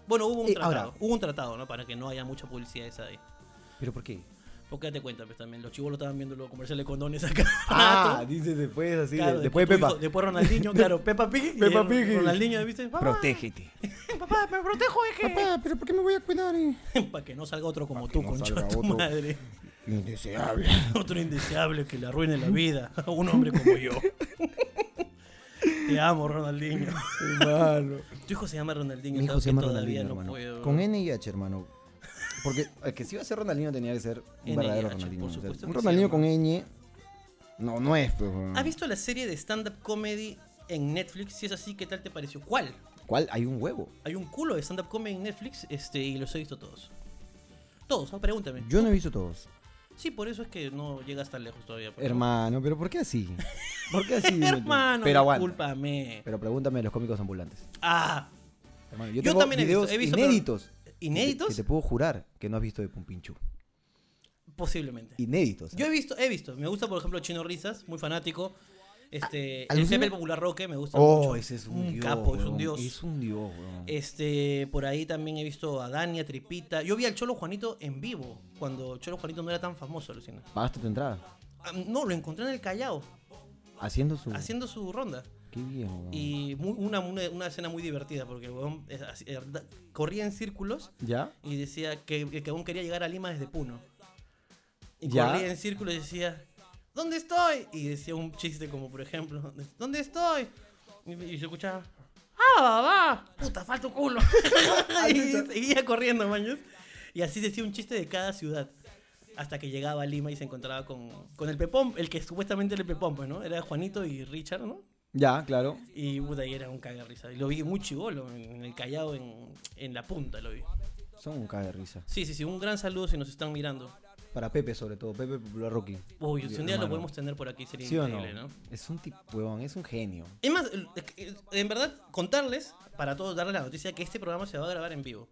Bueno, hubo un
Eh,
tratado,
ahora-
hubo un tratado, ¿no? Para que no haya mucha publicidad esa ahí.
¿Pero por qué?
Porque date cuenta, pues también los chivos lo estaban viendo los comerciales de condones acá.
Ah, dices después así. de-
*laughs* Claro,
después de
tu
Pepa.
hijo- después
*laughs*
Ronaldinho, claro, Pepa Pig. y
Peppa
de-
Pig y-
Ronaldinho, ¿viste? *laughs* Papá,
Protégete.
Papá, me protejo de que...
Papá, ¿pero por qué me voy a cuidar? eh?
Para que no salga otro como
Pa' que
tú,
no
concha
salga
de tu
otro.
madre. *laughs*
Indeseable.
Otro indeseable que le arruine la vida a un hombre como
*laughs*
yo. Te amo, Ronaldinho. *laughs*
Hermano.
Tu hijo se llama Ronaldinho.
Mi hijo
¿sabes
se
que
llama Ronaldinho,
todavía no
hermano.
puedo-
Con NIH, hermano. Porque el que si iba a ser Ronaldinho tenía que ser un
NIH,
verdadero
por
Ronaldinho. o sea,
supuesto
un
que sí,
Ronaldinho con
hermano.
ñ no, no es. Pues, weón.
¿Has visto la serie de stand-up comedy en Netflix? Si es así, ¿qué tal te pareció? ¿Cuál?
¿Cuál? Hay un huevo.
Hay un culo de stand-up comedy en Netflix este, y los he visto todos. Todos, no, pregúntame.
Yo no he visto todos.
Sí, por eso es que no llegas tan lejos todavía. pues, ¿no?
Hermano, pero ¿por qué así? ¿Por qué así? dime tú?
*laughs* Hermano,
pero aguanta.
discúlpame.
Pero pregúntame de los cómicos ambulantes.
Ah,
Hermano,
Yo
yo, tengo
también he visto-
videos
he visto, pero-
inéditos.
¿inéditos?
Que te, que te puedo jurar que no has visto de Pumpinchu.
Posiblemente.
Inéditos.
Yo he visto, he visto. Me gusta, por ejemplo, Chino Risas, muy fanático. Este, el
¿alucina?
Pepe el Popular Roque me gusta
oh,
mucho.
ese es un, dios.
capo, es un
weón.
dios.
Es un dios, weón.
Este, por ahí también he visto a Dani, a Tripita. Yo vi al Cholo Juanito en vivo, cuando Cholo Juanito no era tan famoso, alucina.
Pagaste tu entrada.
Ah, No, lo encontré en el Callao,
Haciendo su.
haciendo su ronda.
Qué bien, weón.
Y muy- una, una, una escena muy divertida, porque el huevón es así, er- da- corría en círculos
¿Ya?
y decía que que el huevón quería llegar a Lima desde Puno. Y
Ya.
corría en círculos y decía, ¿dónde estoy? Y decía un chiste como, por ejemplo, ¿dónde estoy? Y, y se escuchaba, ¡ah, va, va! ¡Puta, falta un culo! *laughs* y seguía corriendo, maños. Y así decía un chiste de cada ciudad. Hasta que llegaba a Lima y se encontraba con, con el Pepón, el que supuestamente era el Pepón, pues, ¿no? Era Juanito y Richard, ¿no?
Ya, claro.
Y puta, ahí era un cague de risa. Y lo vi muy chivolo, en, en el Callao, en, en la punta lo vi.
Son un caga de risa.
Sí, sí, sí, un gran saludo si nos están mirando.
Para Pepe, sobre todo. Pepe Popular Rocky.
Uy, si un día lo
Hermano.
podemos tener por aquí sería
¿Sí o no?
increíble, ¿no?
Es un tipo, weón, es un genio.
Es más, el- es que, eh, en verdad, contarles, para todos darles la noticia, que este programa se va a grabar en vivo.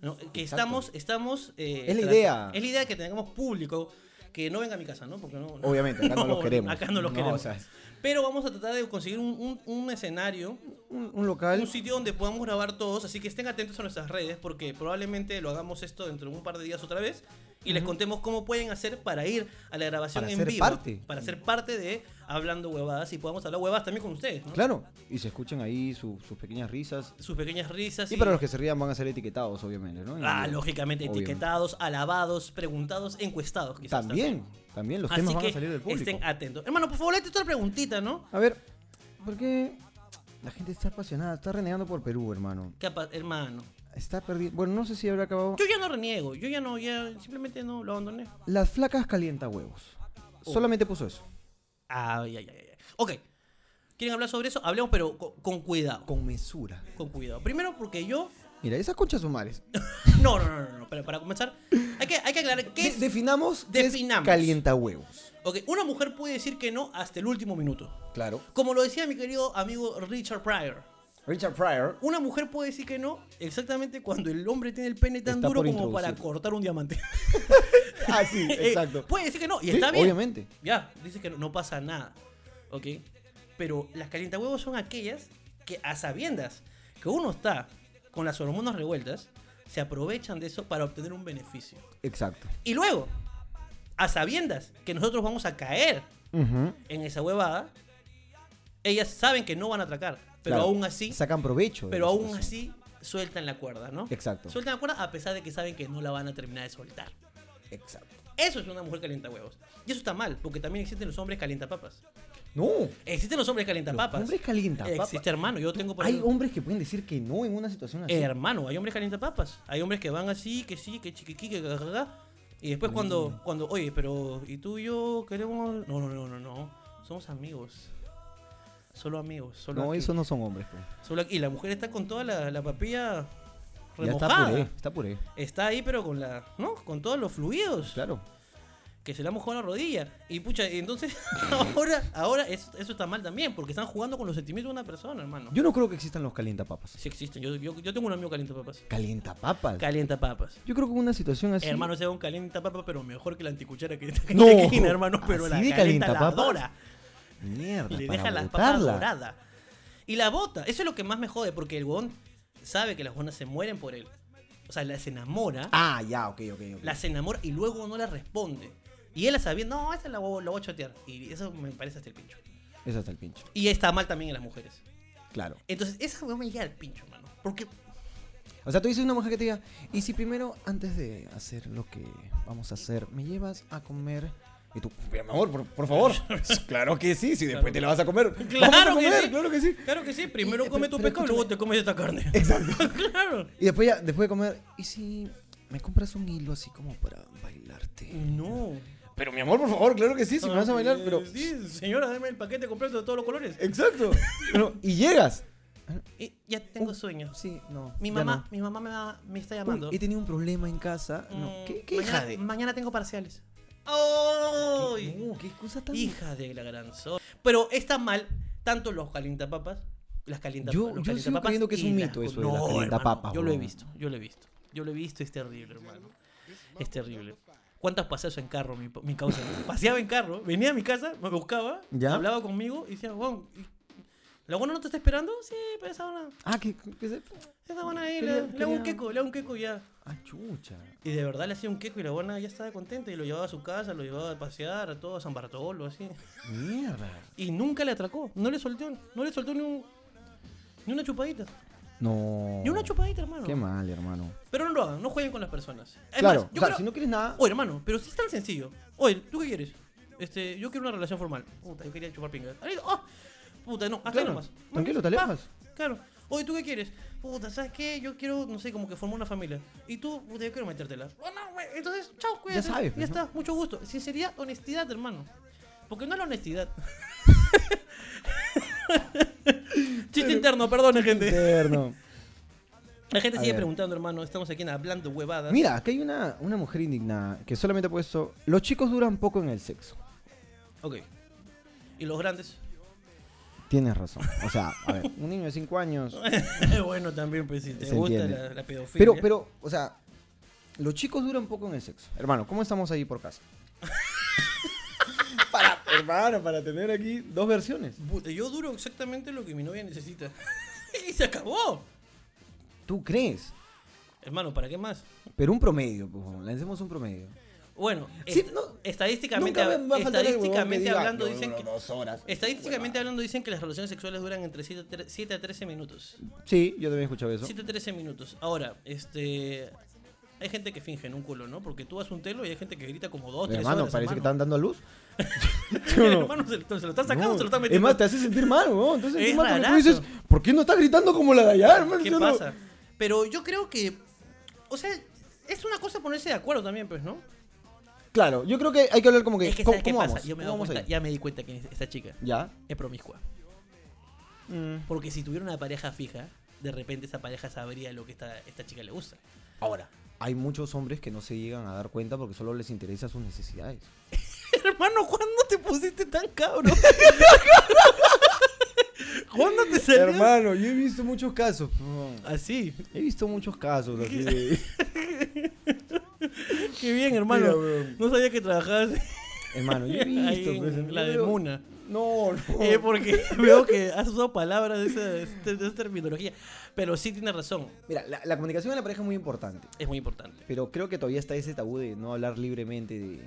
¿no? Que estamos, estamos... eh,
Es la
tras-
idea.
Es la idea que tengamos público, que no venga a mi casa, ¿no? Porque no, no-
Obviamente, acá no, los queremos.
Acá *laughs* no los queremos.
o sea, es
Pero vamos a tratar de conseguir un, un- un escenario,
un, un local.
un sitio donde podamos grabar todos, así que estén atentos a nuestras redes, porque probablemente lo hagamos esto dentro de un par de días otra vez, y les contemos cómo pueden hacer para ir a la grabación
Para
en
ser
vivo.
parte.
Para ser parte de Hablando Huevadas, y podamos hablar huevadas también con ustedes, ¿no?
Claro. Y se escuchan ahí su- sus pequeñas risas.
sus pequeñas risas.
Y para los que se rían van a ser etiquetados, obviamente, ¿no? En el
Ah,
video.
lógicamente,
Obviamente.
etiquetados, alabados, preguntados, encuestados, quizás.
También, también los
Así
temas van
que
a salir del público.
estén atentos. Hermano, por favor, léete otra preguntita, ¿no?
A ver, ¿por qué la gente está apasionada? Está renegando por Perú, hermano.
Capaz, hermano.
Está perdido. Bueno, no sé si habrá acabado.
Yo ya no reniego, yo ya no, ya simplemente no lo abandoné.
Las flacas calienta huevos.
Oh.
Solamente puso eso.
Ay, ay, ay, ay. Ok. ¿Quieren hablar sobre eso? Hablemos, pero con, con cuidado. Con,
Con mesura.
cuidado. Primero, porque yo.
Mira, esas conchas sumares.
No, no, no, no. no. Para, para comenzar, hay que, hay que aclarar qué es.
definamos qué es
Definamos.
calienta huevos.
Ok, una mujer puede decir que no hasta el último minuto.
Claro.
Como lo decía mi querido amigo Richard Pryor.
Richard Pryor.
Una mujer puede decir que no exactamente cuando el hombre tiene el pene tan
Está
duro
por
como para
introducir.
cortar un diamante.
*laughs* Ah,
*laughs*
sí,
Eh,
exacto.
puede decir que no, y
Sí,
está bien.
Obviamente.
Ya, dice que no, no pasa nada. ¿Ok? Pero las calientahuevos son aquellas que a sabiendas que uno está con las hormonas revueltas, se aprovechan de eso para obtener un beneficio.
Exacto.
Y luego, a sabiendas que nosotros vamos a caer
Ujú.
en esa huevada, ellas saben que no van a atracar, pero
Claro.
aún así,
Sacan provecho. de pues.
pero
la
aún
situación.
así sueltan la cuerda, ¿no?
Exacto.
Sueltan la cuerda a pesar de que saben que no la van a terminar de soltar.
Exacto.
Eso es una mujer calientahuevos. Y eso está mal, porque también existen los hombres calientapapas.
No.
Existen los hombres calientapapas.
Hombres calienta papas.
Existe hermano, yo tengo por
Hay
ahí.
hombres que pueden decir que no en una situación así.
Hermano, hay hombres calientapapas. Hay hombres que van así, que sí, que chiquiqui, que gagagá. Y después cuando, cuando, oye, pero, ¿y tú y yo queremos? No, no, no, no, no. Somos amigos. Solo amigos. Solo
no,
aquí.
esos no son hombres. pues.
Solo aquí. Y la mujer está con toda la, la papilla
Ya está
remojada.
puré.
está,
Está puré.
ahí, pero con la, ¿no? Con todos los fluidos.
Claro.
que se le ha mojado la rodilla. Y pucha, y entonces *laughs* ahora, ahora eso, eso está mal también, porque están jugando con los sentimientos de una persona, hermano.
Yo no creo que existan los calientapapas.
Sí existen, yo, yo, yo tengo un amigo calientapapas.
Calientapapas.
Calientapapas.
Yo creo que una situación así.
Hermano, ese es un calientapapas, pero mejor que la anticuchara que está
Ah, No.
en la esquina, hermano, pero
¿Así
la
de
calienta la
calientapapas?
adora.
Mierda.
Le
para
deja la papa
botarla.
dorada. Y la bota, eso es lo que más me jode, porque el huevón sabe que las huevonas se mueren por él. O sea, las enamora,
Ah, ya, ok, ok, ok.
las enamora y luego no las responde. Y él la sabía, no, esa la voy, la voy a chotear. Y eso me parece hasta el pincho.
Eso está el pincho.
Y está mal también en las mujeres.
Claro.
Entonces, esa weón me llega al pincho, hermano. Porque,
O sea, tú dices una mujer que te diga, y si primero, antes de hacer lo que vamos a hacer, me llevas a comer. Y tú, mi amor, por, por
*laughs*
favor. Pues, claro que sí, si después te la vas a comer.
Claro
Vamos a
que
comer,
sí.
claro que sí.
claro que sí, primero
Eh,
come
pero-
tu
pero
pescado y luego
escúchame.
te comes esta carne.
*laughs* Exacto.
*laughs* claro.
Y después, ya, después de comer, ¿y si me compras un hilo así como para bailarte?
No.
Pero mi amor, por favor, claro que sí, si me vas a bailar,
Eh,
pero. Eh,
Sí, señora, dame el paquete completo de todos los colores.
Exacto. Pero, y llegas.
Y ya tengo sueño.
Sí, no.
Mi
ya
mamá,
no.
mi mamá me, va- me está
Uy,
llamando.
he tenido un problema en casa. No.
Mm,
¿Qué, qué
mañana,
hija de.?
mañana tengo parciales. ¡Ay!
No, qué excusa tan.
Hija de la gran sol. Pero está mal tanto los calientapapas, las calientapapas.
Yo- yo sigo creyendo que es un mito eso de las calientapapas,
Yo lo he
weón.
visto, yo lo he visto. Yo lo he visto, es terrible, hermano. Es terrible. ¿Cuántas paseos en carro mi, mi
*laughs*
causa? Paseaba en carro, venía a mi casa, me buscaba,
¿Ya?
hablaba conmigo y decía, wow, ¿la buena no te está esperando? Sí, pero esa buena,
Ah, que. que se...
esa buena ahí,
Quería-
le, le hago un
quería-
queco, le hago un queco y ya.
Ah, chucha.
Y de verdad le hacía un queco y la buena ya estaba contenta y lo llevaba a su casa, lo llevaba a pasear, a todo, a San Bartolo, así.
Mierda.
Y nunca le atracó. No le soltó. No le soltó ni un. Ni una chupadita.
No.
Ni una chupadita, hermano.
Qué mal, hermano.
Pero no lo hagan, no jueguen con las personas. Es
claro,
más,
o
yo
sea,
creo- Oh,
si no quieres nada.
Oye, hermano, pero si es tan sencillo. Oye, ¿tú qué quieres? Este, yo quiero una relación formal. Puta, yo quería chupar pingas. Ahí, ah, Puta, no, hasta ahí
Claro,
nomás. Ah.
tranquilo, te
Pa, *laughs*
alejas.
Claro. Oye, ¿tú qué quieres? Puta, ¿sabes qué? Yo quiero, no sé, como que formar una familia. Y tú, puta, yo quiero metértela. Bueno, güey, entonces, chao, cuídate.
sabes,
Ya
pues, ¿no?
está, mucho gusto. Sinceridad, honestidad, hermano. Porque no es
*laughs*
la honestidad. Chiste interno, perdone, gente. *laughs*
Interno.
La gente
A
sigue
ver.
preguntando, hermano. Estamos aquí en hablando huevadas.
Mira, aquí hay una, una mujer indignada que solamente ha puesto. Los chicos duran poco en el sexo.
Ok. ¿Y
*laughs*
los grandes?
Tienes razón. O sea, a ver, un niño de 5
*laughs*
años.
bueno, también, pues, si te
Se
gusta
entiende.
la, la pedofilia.
Pero, pero, o sea, los chicos duran poco en el sexo. Hermano, ¿cómo estamos ahí por casa? *laughs* para, hermano, para tener aquí dos versiones.
Puta, yo duro exactamente lo que mi novia necesita. *laughs* y se acabó.
¿Tú crees?
Hermano, ¿para qué más?
Pero un promedio, pues, lancemos un promedio.
Bueno,
Sí,
est-
no-
estadísticamente,
Nunca va- va a faltar el huevón que
estadísticamente
diga,
hablando,
"Yo
dicen
duro
que.
dos horas.
Estadísticamente hablando dicen que las relaciones sexuales duran entre 7 a tre- 7 a 13 minutos.
Sí, yo también he escuchado eso.
7 a 13 minutos. Ahora, este hay gente que finge en un culo, ¿no? Porque tú vas a un telo y hay gente que grita como dos, tres
hermano,
horas.
parece que están dando a
*laughs*
luz. ¿Sí o no?
hermano, se, lo- se lo están sacando,
No,
se lo están
Es
metiendo.
más, te hace sentir mal, weón. Entonces,
Es
mal porque tú
rarazo.
dices, ¿por qué no estás gritando como la de allá, hermano?
¿Qué
Yo no-
pasa? Pero yo creo que. O sea, es una cosa ponerse de acuerdo también, pues, ¿no?
Claro, yo creo que hay que hablar como que.
Es que
¿Cómo,
¿sabes qué
cómo
pasa?
vamos?
Yo me
¿Cómo
he dado
vamos
cuenta-
ahí?
ya me di cuenta que esta chica
¿Ya?
es promiscua. Porque si tuviera una pareja fija, de repente esa pareja sabría lo que esta, esta chica le gusta. *laughs*
Ahora, hay muchos hombres que no se llegan a dar cuenta porque solo les interesa sus necesidades.
Hermano, ¿cuándo te pusiste tan cabrón? *laughs* ¿Cuándo te salió?
Hermano, yo he visto muchos casos.
Así.
He visto muchos casos. así *laughs* de-
Qué bien, hermano.
Mira, weón.
no sabía que trabajabas
Hermano, yo he
*laughs* ahí
visto.
en
pues, Oh.
la
yo
de
veo-
Muna.
No, no.
Eh, porque *laughs* veo que has usado palabras de esa, de esta- de esta terminología. Pero sí tienes razón.
Mira, la, la comunicación en la pareja es muy importante.
Es muy importante.
Pero creo que todavía está ese tabú de no hablar libremente. De...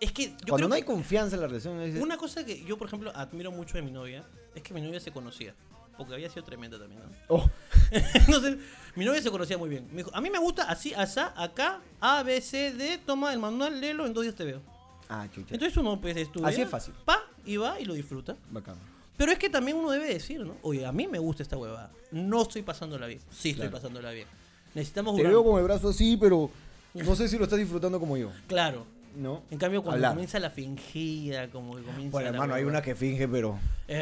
Es que yo
Cuando
creo
no hay
que
confianza en la relación, es...
una cosa que yo, por ejemplo, admiro mucho de mi novia es que mi novia se conocía. Porque había sido tremenda también, ¿no?
Oh,
*laughs* Entonces, mi novia se conocía muy bien. Me dijo, a mí me gusta así, asá, acá, A, B, C, D, toma el manual, léelo, en dos días te veo.
Ah, chucha.
Entonces uno pues estudia.
Así es fácil.
Pa, y va y lo disfruta.
Bacán.
Pero es que también uno debe decir, ¿no? Oye, a mí me gusta esta huevada. No estoy pasándola bien. Sí estoy
Claro.
pasándola bien. Necesitamos
Te
jugar.
veo con el brazo así, pero no sé si lo estás disfrutando como yo.
Claro.
¿No?
En cambio, cuando
Hablar.
comienza la fingida, como que comienza
Bueno,
la
hermano, hay una
huevada.
que finge, pero
Eh,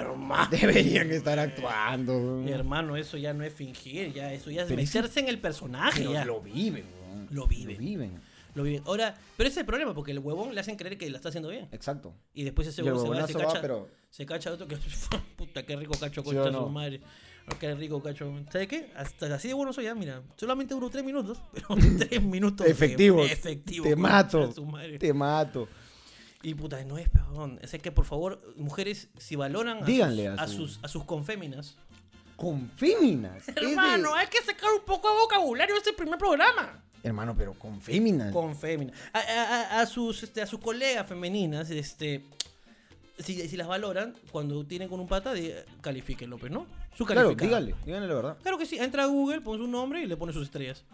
hermano.
*laughs* deberían estar actuando. weón.
Mi hermano, eso ya no es fingir, ya eso ya es
Mm. Pero es-
meterse en el personaje.
Pero
ya.
lo viven, weón.
Lo viven.
Lo viven.
Lo viven. Ahora, pero ese es el problema, porque el huevón le hacen creer que la está haciendo bien.
Exacto.
Y después ese
Y el
huevón se va, se
huevonazo va,
cacha.
pero-
Se cacha otro que. *laughs* Puta, qué rico cacho,
¿Sí
concha
o no?
su madre. Oh, Qué rico cacho. ¿Sabes qué? Hasta así de bueno soy ya, mira. Solamente duró tres minutos, *laughs*
*laughs*
pero tres minutos. de-
Efectivos.
Efectivos.
Te
concha
mato.
su madre.
Te mato.
Y puta, no es perdón. Es que por favor, mujeres, si valoran a,
Díganle
sus,
a
a,
su-
sus, a sus conféminas.
Con féminas. es de-
Hermano, eh. hay que sacar un poco de vocabulario de este primer programa.
Hermano, pero con féminas.
con fémina. A, a- a- a sus, este, a sus colegas femeninas, este. Si, si las valoran, cuando tienen con un pata, di- califíquenlo, pues, ¿no? Su
Claro,
calificado.
dígale, dígale la verdad.
Claro que sí, entra a Google, pone su nombre y le pone sus
*laughs*
estrellas.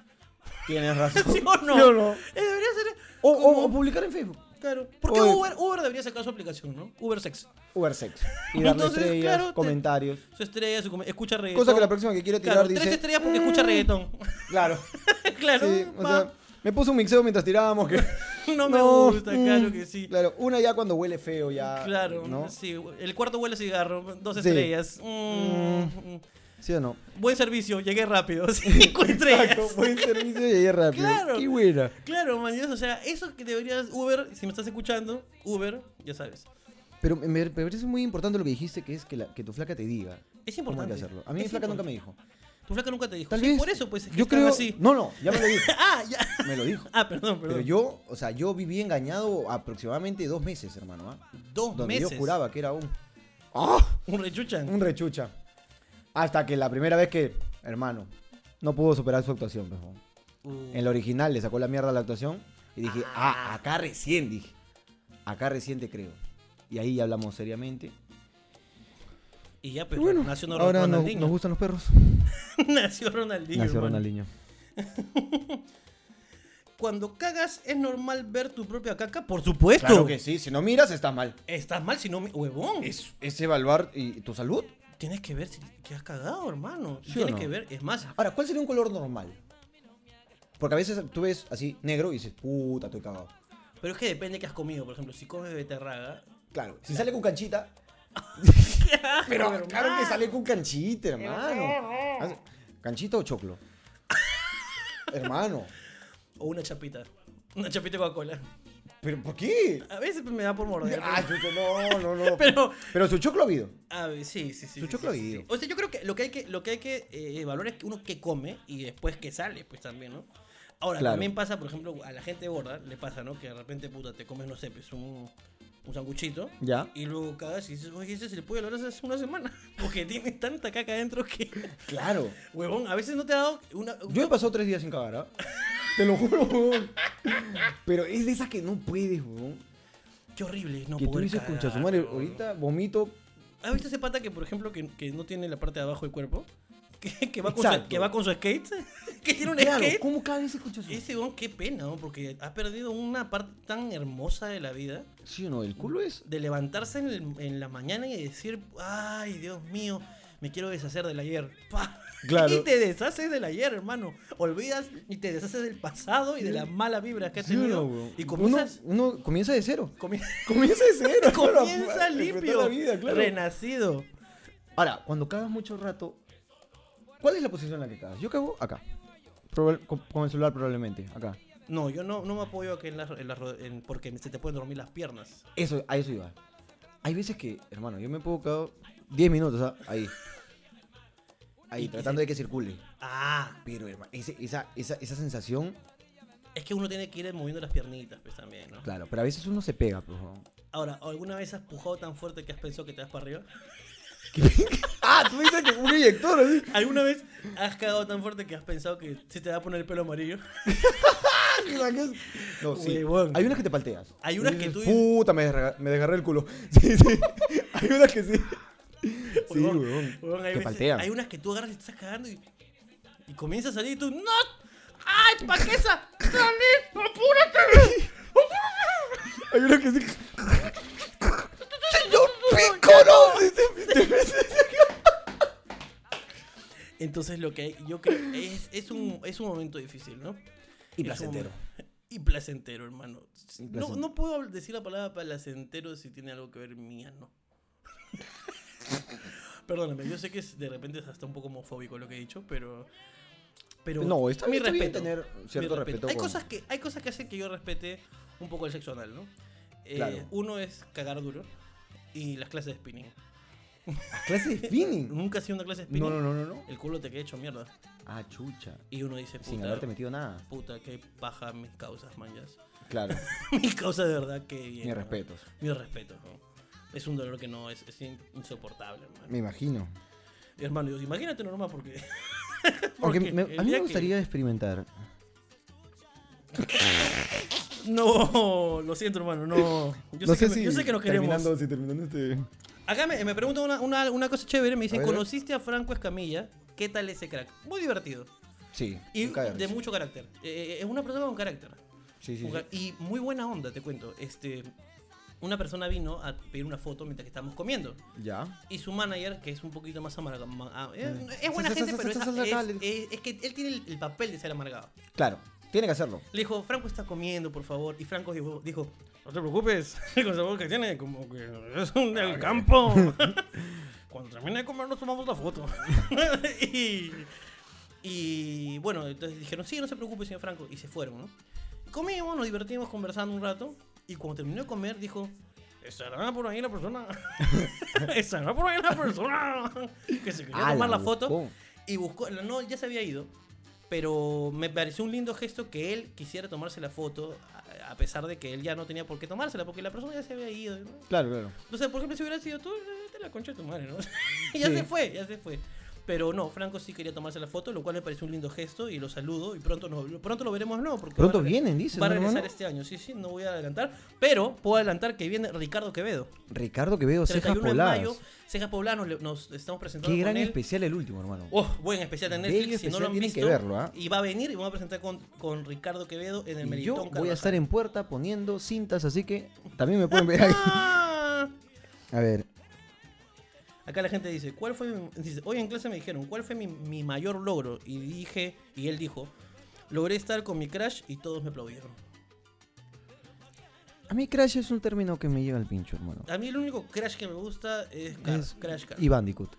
Tienes razón.
¿Sí o *laughs* no?
¿Sí o no?
Eh, debería ser.
O, o-
como-
o publicar en Facebook.
Claro. Porque
Oye.
Uber, Uber debería sacar su aplicación, ¿no? Uber Sex.
Uber sex. Y darle
Entonces,
estrellas,
claro, te-
comentarios.
Su estrella, su com- escucha reggaetón.
Cosa que la próxima que quiere tirar
Claro,
dice.
tres estrellas porque escucha
"Mm".
reggaetón. *laughs*
Claro.
claro.
Sí, o
pa.
sea, me puse un mixeo mientras tirábamos que.
no me gusta,
mm,
claro que sí.
Claro, una ya cuando huele feo ya.
Claro,
Ah, ¿no? Sí.
sí. El cuarto huele a cigarro, dos
Sí.
estrellas. Mm,
o no?
Buen servicio, llegué rápido. *laughs* Cinco estrellas.
Exacto, buen servicio y llegué rápido.
Claro.
Qué buena.
Claro, man, Dios, o sea, eso que deberías, Uber, si me estás escuchando, Uber, ya sabes.
Pero me, me parece muy importante lo que dijiste, que es que, la- que tu flaca te diga.
Es
¿Cómo hay
importante.
que hacerlo? A mí mi
Es
flaca nunca
importante.
me dijo.
Tu flaca nunca te dijo.
Tal
Sí,
vez.
por eso, pues, es que
yo
están
creo.
así.
No, no, ya me lo
*laughs*
dijo.
Ah, ya.
Me lo dijo.
Ah, perdón, perdón.
Pero yo, o sea, yo viví engañado aproximadamente dos meses, hermano. ¿ah?
Dos
Donde
meses.
yo juraba que era un. ¡Ah!
Un rechuchan.
Un rechucha. Hasta que la primera vez que, hermano, no pudo superar su actuación, pues, weón.
Uh,
En la original le sacó la mierda a la actuación y dije, ah, acá recién, dije. Acá recién te creo. Y ahí hablamos seriamente.
Y ya, pues,
Y bueno,
nació Ronald-
ahora nos,
Ronaldinho.
nos gustan los perros.
*laughs* nació Ronaldinho.
Nació
hermano.
Ronaldinho.
Cuando cagas, ¿es normal ver tu propia caca? Por supuesto.
Claro que sí, si no miras estás mal.
Estás mal si no... me- Huevón.
Es, es evaluar y, tu salud.
Tienes que ver si que has cagado, hermano.
¿Sí o
Tienes
no?
que ver. Es más,
Ahora, ¿cuál sería un color normal? Porque a veces tú ves así negro y dices, puta, estoy cagado.
pero es que depende que has comido. Por ejemplo, si comes beterraga.
Claro, si sale con *laughs* canchita. Pero
hermano.
claro que sale con canchita, hermano. ¿Canchita o choclo? *laughs* hermano.
O una chapita. Una chapita de Coca-Cola.
¿Pero por qué?
A veces me da por morder.
*laughs* Ah, chucho, no, no, no.
*laughs* Pero.
Pero su choclo ha habido.
A ver, sí, sí, sí.
Su
sí,
choclo
sí, sí,
dividido.
sí. O sea, yo creo que lo que hay que, lo que, hay que eh, evaluar es que uno que come y después que sale, pues también, ¿no? Ahora,
Claro.
también pasa, por ejemplo, a la gente gorda le pasa, ¿no? Que de repente, puta, te comes, no sé, pues un, un sanguchito.
Ya.
Y luego cagas y dices, oye, ese se le puede hablar hace una semana. *laughs* Porque tiene tanta caca adentro que.
Claro.
Huevón, a veces no te ha dado una.
Yo he pasado tres días sin cagar, ¿ah? Te lo juro, weón. Pero es de esas que no puedes, weón.
Qué horrible no
que tú
poder
dices,
cagar,
concha su madre,
huevón.
ahorita vomito.
¿Has visto ese pata que, por ejemplo, que, que no tiene la parte de abajo del cuerpo? *laughs* Que, que va, con su,
Exacto.
que va con su skate. *laughs* Que tiene un
Claro,
skate.
¿cómo caga ese concha su madre?
Ese huevón, qué pena, ¿no? Porque ha perdido una parte tan hermosa de la vida.
Sí o no, el culo es.
De levantarse en, el- en la mañana y decir, ay, Dios mío, me quiero deshacer del ayer. *laughs* Pa.
Claro.
Y te deshaces del ayer, hermano. Olvidas y te deshaces del pasado y de las malas vibras que has
Sí, no,
tenido.
weón.
y comienzas.
Uno, uno comienza de cero.
comi-
*laughs* Comienza de cero. claro,
*laughs* comienza
a- a
limpio.
enfrentar pues, la vida, claro.
Renacido.
Ahora, cuando cagas mucho rato, ¿cuál es la posición en la que cagas? Yo cago acá. Probable- con, con el celular probablemente, acá.
No, yo no, no me apoyo aquí en las, en las ro- en- porque se te pueden dormir las piernas.
Eso, a eso iba. Hay veces que, hermano, yo me puedo cagar 10 minutos, ¿ah? Ahí. Ahí,
Y-
tratando de que circule.
Ah,
Pero, hermano, ese- esa, esa, esa sensación,
es que uno tiene que ir moviendo las piernitas, pues también, ¿no?
claro, pero a veces uno se pega, pues. ¿no?
Ahora, ¿alguna vez has pujado tan fuerte que has pensado que te vas para arriba?
*laughs* ah, tú dices que un inyector, así.
¿Alguna vez has cagado tan fuerte que has pensado que se te va a poner el pelo amarillo? *laughs*
Ah, No, sí.
Huevón.
Hay unas que te palteas.
Hay unas
Y
que
dices,
tú dices-
Puta, me, desra- me desgarré el culo. *laughs* Sí, sí. Hay unas que sí. Sí,
Huevón,
huevón.
huevón, hay,
Te
veces-
paltean.
hay unas que tú agarras y te estás cagando y, y comienza a salir y tú ¡No! ¡Ay, pa' qué esa! ¡Salí! ¡Apúrate!
Hay unas que sí. ¡Señor Pico, no! Sí, sí, sí.
Entonces lo que hay- yo creo es, es, un, es un momento difícil, ¿no?
Y
Es un
placentero.
momento- Y placentero, hermano.
Y
No,
placentero.
no puedo habl- decir la palabra placentero si tiene algo que ver mía, no. *laughs* Perdóname, yo sé que es- de repente es hasta un poco homofóbico lo que he dicho, pero. Pero
No, está,
mi
está bien
respeto,
tener
mi
cierto respeto.
Hay,
con-
cosas que, hay cosas que hacen que yo respete un poco el sexo anal, ¿no? Eh,
Claro.
Uno es cagar duro y las clases de spinning.
Clase de spinning.
*laughs* Nunca he sido una clase de spinning.
No, no, no, no, no.
El culo te queda hecho mierda.
Ah, chucha.
Y uno dice,
Sin
puta,
haberte metido nada.
puta, qué paja mis causas, manjas.
Claro,
*laughs* mis causas de verdad, que
mis
bien. ¿no?
respetos.
Mis respetos, ¿no? Es un dolor que no es, es in- insoportable, hermano.
Me imagino.
Y, hermano, yo, imagínate nomás porque. *laughs*
Aunque
porque
me-
el
a mí me
día que-
gustaría experimentar.
No, lo siento,
*laughs*
hermano, no. Yo, sé, que, me- yo sé que nos queremos.
Terminando, si terminando este.
Acá me, me preguntan una, una- una cosa chévere.
A
Me dicen,
ver.
¿conociste a Franco Escamilla? ¿Qué tal ese crack? Muy divertido.
Sí.
Y
un cague
de
risa.
mucho carácter. Eh, eh, es una persona con carácter.
Sí, sí. sí.
Jugar- Y muy buena onda, te cuento. Este, una persona vino a pedir una foto mientras que estábamos comiendo.
Ya.
Y su manager, que es un poquito más amargado. ma- ah, eh,
Mm.
Es buena
Sí, sí,
gente,
sí,
pero
sí,
es,
sí, sí,
es-
sí,
es- es que él tiene el, el papel de ser amargado.
Claro, tiene que hacerlo.
Le dijo, Franco está comiendo, por favor. Y Franco dijo, dijo, no te preocupes, *laughs* con el sabor que tiene, como que es un del campo. Cuando termine de comer nos tomamos la foto. y, y, bueno, entonces dijeron, sí, no se preocupe, señor Franco. Y se fueron, ¿no? Comimos, nos divertimos conversando un rato. Y cuando terminó de comer, dijo, ¿estará por ahí la persona? *laughs* ¿Estará por ahí la persona? *laughs* que se quería tomar
Ah,
la foto.
buscó.
Y buscó, no, ya se había ido. Pero me pareció un lindo gesto que él quisiera tomarse la foto, a- a pesar de que él ya no tenía por qué tomársela, porque la persona ya se había ido. ¿no?
Claro, claro.
O sea, por ejemplo, si hubiera sido tú, eh, te la concha de tu madre, ¿no? *laughs* ya
Sí.
se fue, ya se fue. Pero no, Franco sí quería tomarse la foto, lo cual me pareció un lindo gesto y lo saludo y pronto, nos- pronto lo veremos de nuevo. Porque
Pronto
va a reg-
vienen, dice.
Va a
¿no,
regresar
hermano?
este año, sí, sí, no voy a adelantar. Pero puedo adelantar que viene Ricardo Quevedo.
Ricardo Quevedo, cejas
31 de
poladas.
mayo, Cejas Poblanos, le- nos estamos presentando
Qué gran
con él.
especial el último, hermano.
Oh, buen especial de Netflix,
Bello
si no
especial,
lo han
tienen
visto.
que verlo, ¿ah?
Y va a venir y vamos a presentar con, con Ricardo Quevedo en el
Y yo
Meritón
voy a
Carvajal.
estar en puerta poniendo cintas, así que también me pueden ver ahí.
¡Ah!
A ver.
Acá la gente dice, ¿cuál fue mi- dice, hoy en clase me dijeron, ¿cuál fue mi, mi mayor logro? Y dije, y él dijo, logré estar con mi crush y todos me aplaudieron.
A mí crash es un término que me llega al pincho, hermano.
A mí el único crush que me gusta es, Car-
Es
Crash Car. *laughs*
Y Bandicoot.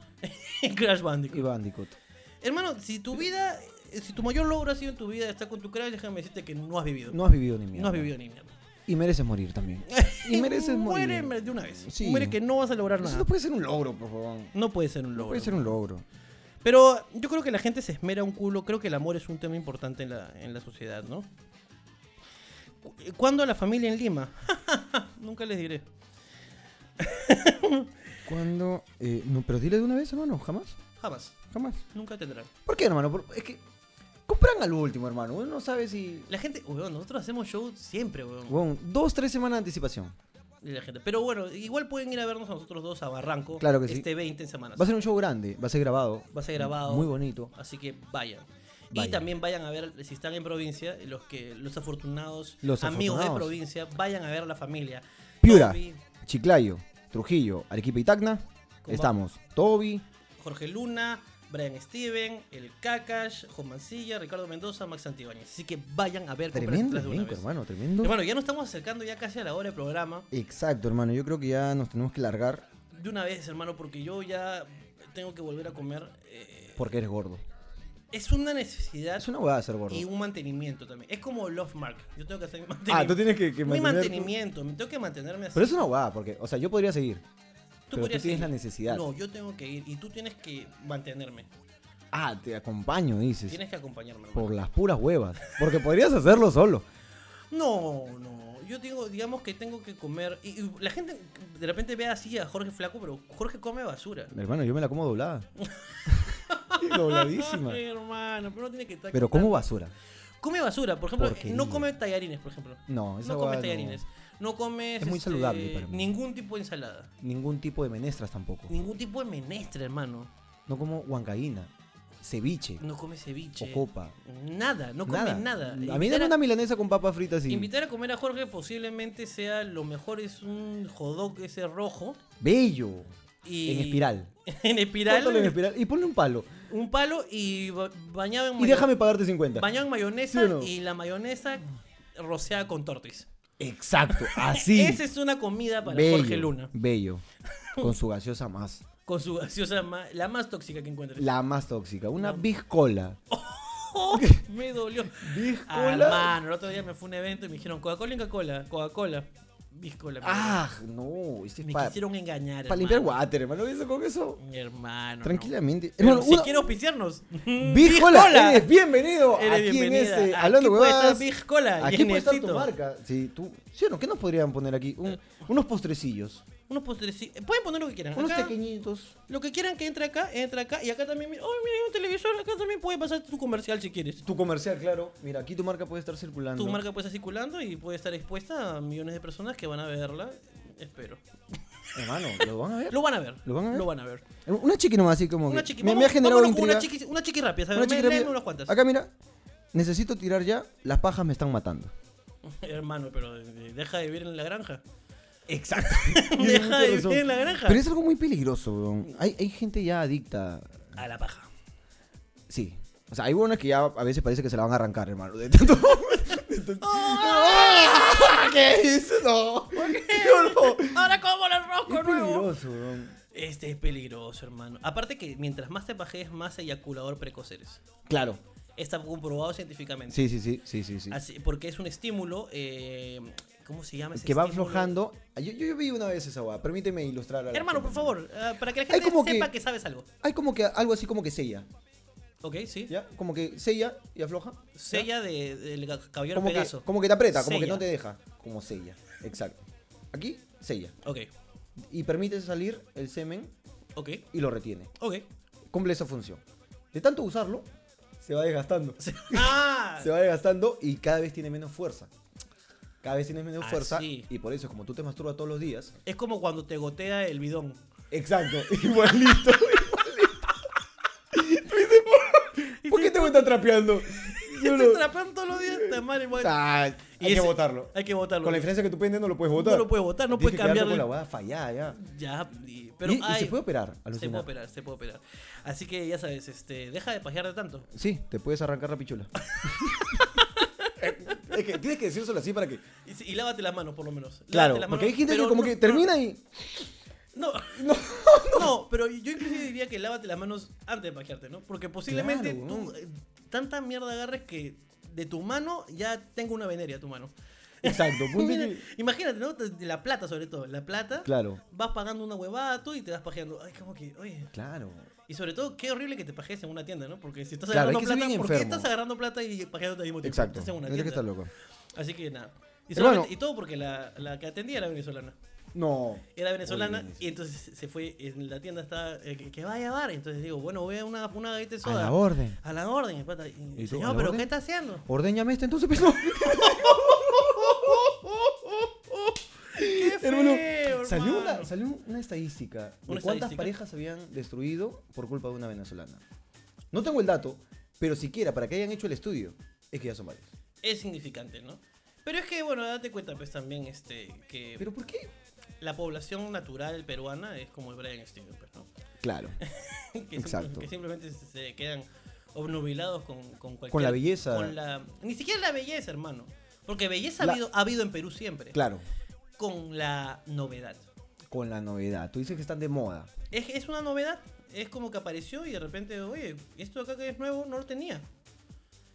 Crash Bandicoot.
Y Bandicoot.
Hermano, si tu vida, eh, si tu mayor logro ha sido en tu vida estar con tu crush, déjame decirte que no has vivido. No,
No has vivido ni mierda.
has vivido ni mierda.
Y mereces morir también. Y mereces morir.
*laughs* Muere de una vez.
Sí.
Muere que no vas a lograr
Eso
nada.
no puede ser un logro, por favor. No
No puede ser un logro.
puede ser un logro.
Pero yo creo que la gente se esmera un culo. Creo que el amor es un tema importante en la, en la sociedad, ¿no? Cu- ¿Cuándo a la familia en Lima? *laughs* Nunca les diré.
Cuando. eh, no, pero dile de una vez, hermano. Jamás.
Jamás.
Jamás.
Nunca tendrán.
¿Por qué, hermano? Por- es que. Compran al último, hermano. Uno no sabe si.
La gente, weón, nosotros hacemos show siempre, weón.
Bueno, dos, tres semanas de anticipación.
Y la gente. Pero bueno, igual pueden ir a vernos a nosotros dos a Barranco
Claro que sí.
este 20 en Semana
Va a ser un show grande. Va a ser grabado.
Va a ser grabado.
Muy bonito.
Así que vayan. Y
Vayan.
también vayan a ver, si están en provincia, los que los afortunados
Los
amigos de
afortunados.
provincia, vayan a ver a la familia.
Piura.
Toby,
Chiclayo, Trujillo, Arequipa y Tacna.
Compa-
Estamos. Toby,
Jorge Luna, Brian Steven, el Kakash, Juan Mancilla, Ricardo Mendoza, Max Antibáñez. Así que vayan a ver
Tremendo
cómprenlas de una
elenco,
vez.
hermano, tremendo.
Hermano, ya nos estamos acercando ya casi a la hora del programa.
Exacto, hermano. Yo creo que ya nos tenemos que largar
De una vez, hermano, porque yo ya tengo que volver a comer. eh,
porque eres gordo.
es una necesidad
Es una huevada ser gordo.
y un mantenimiento también. Es como Love Mark. Yo tengo que hacer mi
Ah, tú
mantenimiento.
tienes que, que
mi
mantener tu-
mantenimiento, me tengo que mantenerme así.
Pero es una huevada, porque, o sea, yo podría seguir. pero tú
podrías
tienes
ir.
la necesidad.
No, yo tengo que ir y tú tienes que mantenerme.
Ah, te acompaño, dices.
Tienes que acompañarme. hermano.
Por las puras huevas. Porque podrías hacerlo solo.
No, no. Yo digo, digamos que tengo que comer. Y, y la gente de repente ve así a Jorge Flaco, pero Jorge come basura.
Hermano, yo me la como
*laughs*
doblada. Dobladísima.
Ay, Ah, hermano, pero no tiene que estar.
Pero como basura.
Come basura, por ejemplo,
Porquería.
no come tallarines, por ejemplo.
No, esa
no
huevada
comes tallarines. No comes.
Es muy
este,
saludable para mí.
Ningún tipo de ensalada.
Ningún tipo de menestras tampoco.
Ningún tipo de menestra, hermano.
No como huancaína, ceviche
No come ceviche.
o copa.
Nada, no come nada.
A mí
Invitar
dame una milanesa con papas fritas y.
Invitar a comer a Jorge posiblemente sea lo mejor, es un jodog ese rojo.
Bello.
Y...
En espiral.
*laughs* en espiral.
Córtalo en espiral Y ponle un palo.
Un palo y ba- bañado en
Y
mayo-
déjame pagarte 50.
bañado en mayonesa
¿Sí o no?
y la mayonesa roceada con tortis. *laughs*
Exacto, así.
Esa es una comida para
bello,
Jorge Luna. *laughs*
Bello. Con su gaseosa más.
Con su gaseosa, ma- la más tóxica que encuentres.
La más tóxica. Una
No.
biscola.
¡Oh! me dolió. Ah,
¿Biscola?
Hermano, el otro día me fue a un evento y me dijeron Coca-Cola y Coca-Cola. Coca-Cola. Biscola. me
Ah, no. Este es
dolió. me
para
quisieron engañar.
Para limpiar
hermano.
water, hermano. ¿Eso con eso?
Mi hermano. no.
Tranquilamente.
Pero
Hermano,
si
una-
quiere auspiciarnos.
Biscola, eres bienvenido
Eres
aquí en
bienvenida.
este
Aquí
Hablando
puede estar
Huevadas.
*laughs* Biscola,
Aquí puede estar tu
llenecito.
marca. Sí, tú. ¿Sí o no? ¿Qué nos podrían poner aquí? Un- unos postrecillos.
Unos postrecitos. Pueden poner lo que quieran.
Unos
Acá,
pequeñitos.
Lo que quieran que entre acá, entra acá. Y acá también. mi- ¡Oh, mira, hay un televisor! Acá también puede pasar tu comercial si quieres.
Tu comercial, claro. Mira, aquí tu marca puede estar circulando.
Tu marca puede estar circulando y puede estar expuesta a millones de personas que van a verla. Espero.
Hermano, lo van a ver.
*laughs* Lo van a ver.
¿Lo van a ver?
Lo van a ver.
Una chiqui nomás, así como.
Una
que-
chiqui.
Me, me
vamos-
ha generado
vámonos con
intriga.
Una chiqui, una chiqui rápida. ¿sabes?
Una chiqui rápida.
unas cuantas.
Acá, mira. Necesito tirar ya. Las pajas me están matando.
Hermano, pero eh, deja de vivir en la granja. *laughs*
Exacto. *laughs*
*laughs* deja de vivir en la granja.
Pero es algo muy peligroso, weón. Hay, hay gente ya adicta.
A la paja.
Sí. O sea, hay buenas que ya a veces parece que se la van a arrancar, hermano. *laughs* De tanto. de tanto- ¡Ah! ¿Qué dices? No. Yo no.
Ahora como el rosco
Es
nuevo.
peligroso, weón.
Este es peligroso, hermano. Aparte que mientras más te pajees, más eyaculador precoz eres.
Claro.
Está comprobado científicamente.
Sí, sí, sí, sí, sí, sí.
Así- porque es un estímulo, eh, ¿cómo se llama? ese
que va
estímulo?
aflojando. Yo, yo, yo vi una vez esa weá. Permíteme ilustrar a la
Hermano, por
gente.
favor, ah, para que la
Hay
gente
como
sepa que...
que-
sabes algo.
Hay como que algo así como que sella.
¿Ok? Sí.
¿Ya? Como que sella y afloja. ¿ya?
Sella de- del ga- caballero
Como que,
Pegaso.
como que te aprieta, como que
Sella.
no te deja. Como sella. Exacto. Aquí, sella.
Ok,
Y permite salir el semen
ok,
y lo retiene.
ok.
Cumple esa función. De tanto usarlo, se va desgastando. Se,
*laughs* ¡Ah!
va desgastando y cada vez tiene menos fuerza. Cada vez tiene menos
Ah,
fuerza.
sí.
Y por eso, como tú te masturbas todos los días.
Es como cuando te gotea el bidón.
Exacto. *laughs* Igualito. igualito. ¿Por qué te voy a estar
*laughs*
trapeando? *laughs*
Si
Yo
te
no-
trapean todos los días, está mal igual.
Ah,
Y
hay que
ese-
botarlo.
Hay que votarlo.
Con la diferencia que tú pendes no lo puedes
No
votar.
lo puedes votar, no
Tienes
puedes
que quedarte
cambiarle-
con la hueá fallada ya.
Ya, y- pero
y, y
ay,
se puede operar.
se
alucina.
puede operar, se puede operar. Así que ya sabes, este, deja de pajear de tanto.
Sí, te puedes arrancar la
*laughs*
pichula. es que tienes que decírselo así para que.
Y, si- y lávate las manos, por lo menos. Lávate
Claro,
las
porque
manos,
hay gente que
pero
como
no-
que
no-
termina y.
No,
*laughs*
no, pero yo inclusive diría que lávate las manos antes de pajearte, ¿no? Porque posiblemente
Claro,
tú
weón.
eh, tanta mierda agarres que de tu mano ya tengo una veneria tu mano. *laughs*
Exacto, ponte que-
Imagínate, ¿no? Te- de La plata sobre todo, la plata.
Claro,
Vas pagando una huevada tú y te vas pajeando. Ay, como que, oye.
claro.
Y sobre todo, qué horrible que te pajees en una tienda, ¿no? Porque si estás
Claro,
agarrando
hay que ser
plata,
bien
¿por qué
enfermo.
estás agarrando plata y pajeándote al mismo tiempo?
Exacto.
Estás en una
Tienes que
tienda.
estar loco.
Así que nada. Y,
Hermano.
solamente- y todo porque la, la que atendía era venezolana.
No.
Era venezolana
Oye,
y entonces se fue, en la tienda estaba, eh, que, que vaya a bar. Entonces digo, bueno, voy a una, una galleta de
A
soda.
la orden.
A la orden, el pata. Y,
¿Y tú, a
señor,
la
pero
orden?
¿qué está haciendo?
Ordeñame este entonces, pues
*laughs*
no.
¡Qué feo,
Hermano,
hermano!
salió una, salió una estadística de
Una
cuántas
estadística.
parejas habían destruido por culpa de una venezolana. No tengo el dato, pero siquiera para que hayan hecho el estudio, es que ya son varios.
Es significante, ¿no? Pero es que, bueno, date cuenta, pues también, este, que
¿Pero por qué?
la población natural peruana es como el Brian Steven, pues, ¿no? *laughs*
Claro.
que, simple-
Exacto.
que simplemente se- se quedan obnubilados con, con cualquier...
Con la belleza.
con la- ni siquiera la belleza, hermano. Porque belleza
La-
ha, habido, ha habido en Perú siempre.
Claro,
Con la novedad.
con la novedad. Tú dices que están de moda.
Es, es una novedad. Es como que apareció y de repente, oye, esto acá que es nuevo no lo tenía.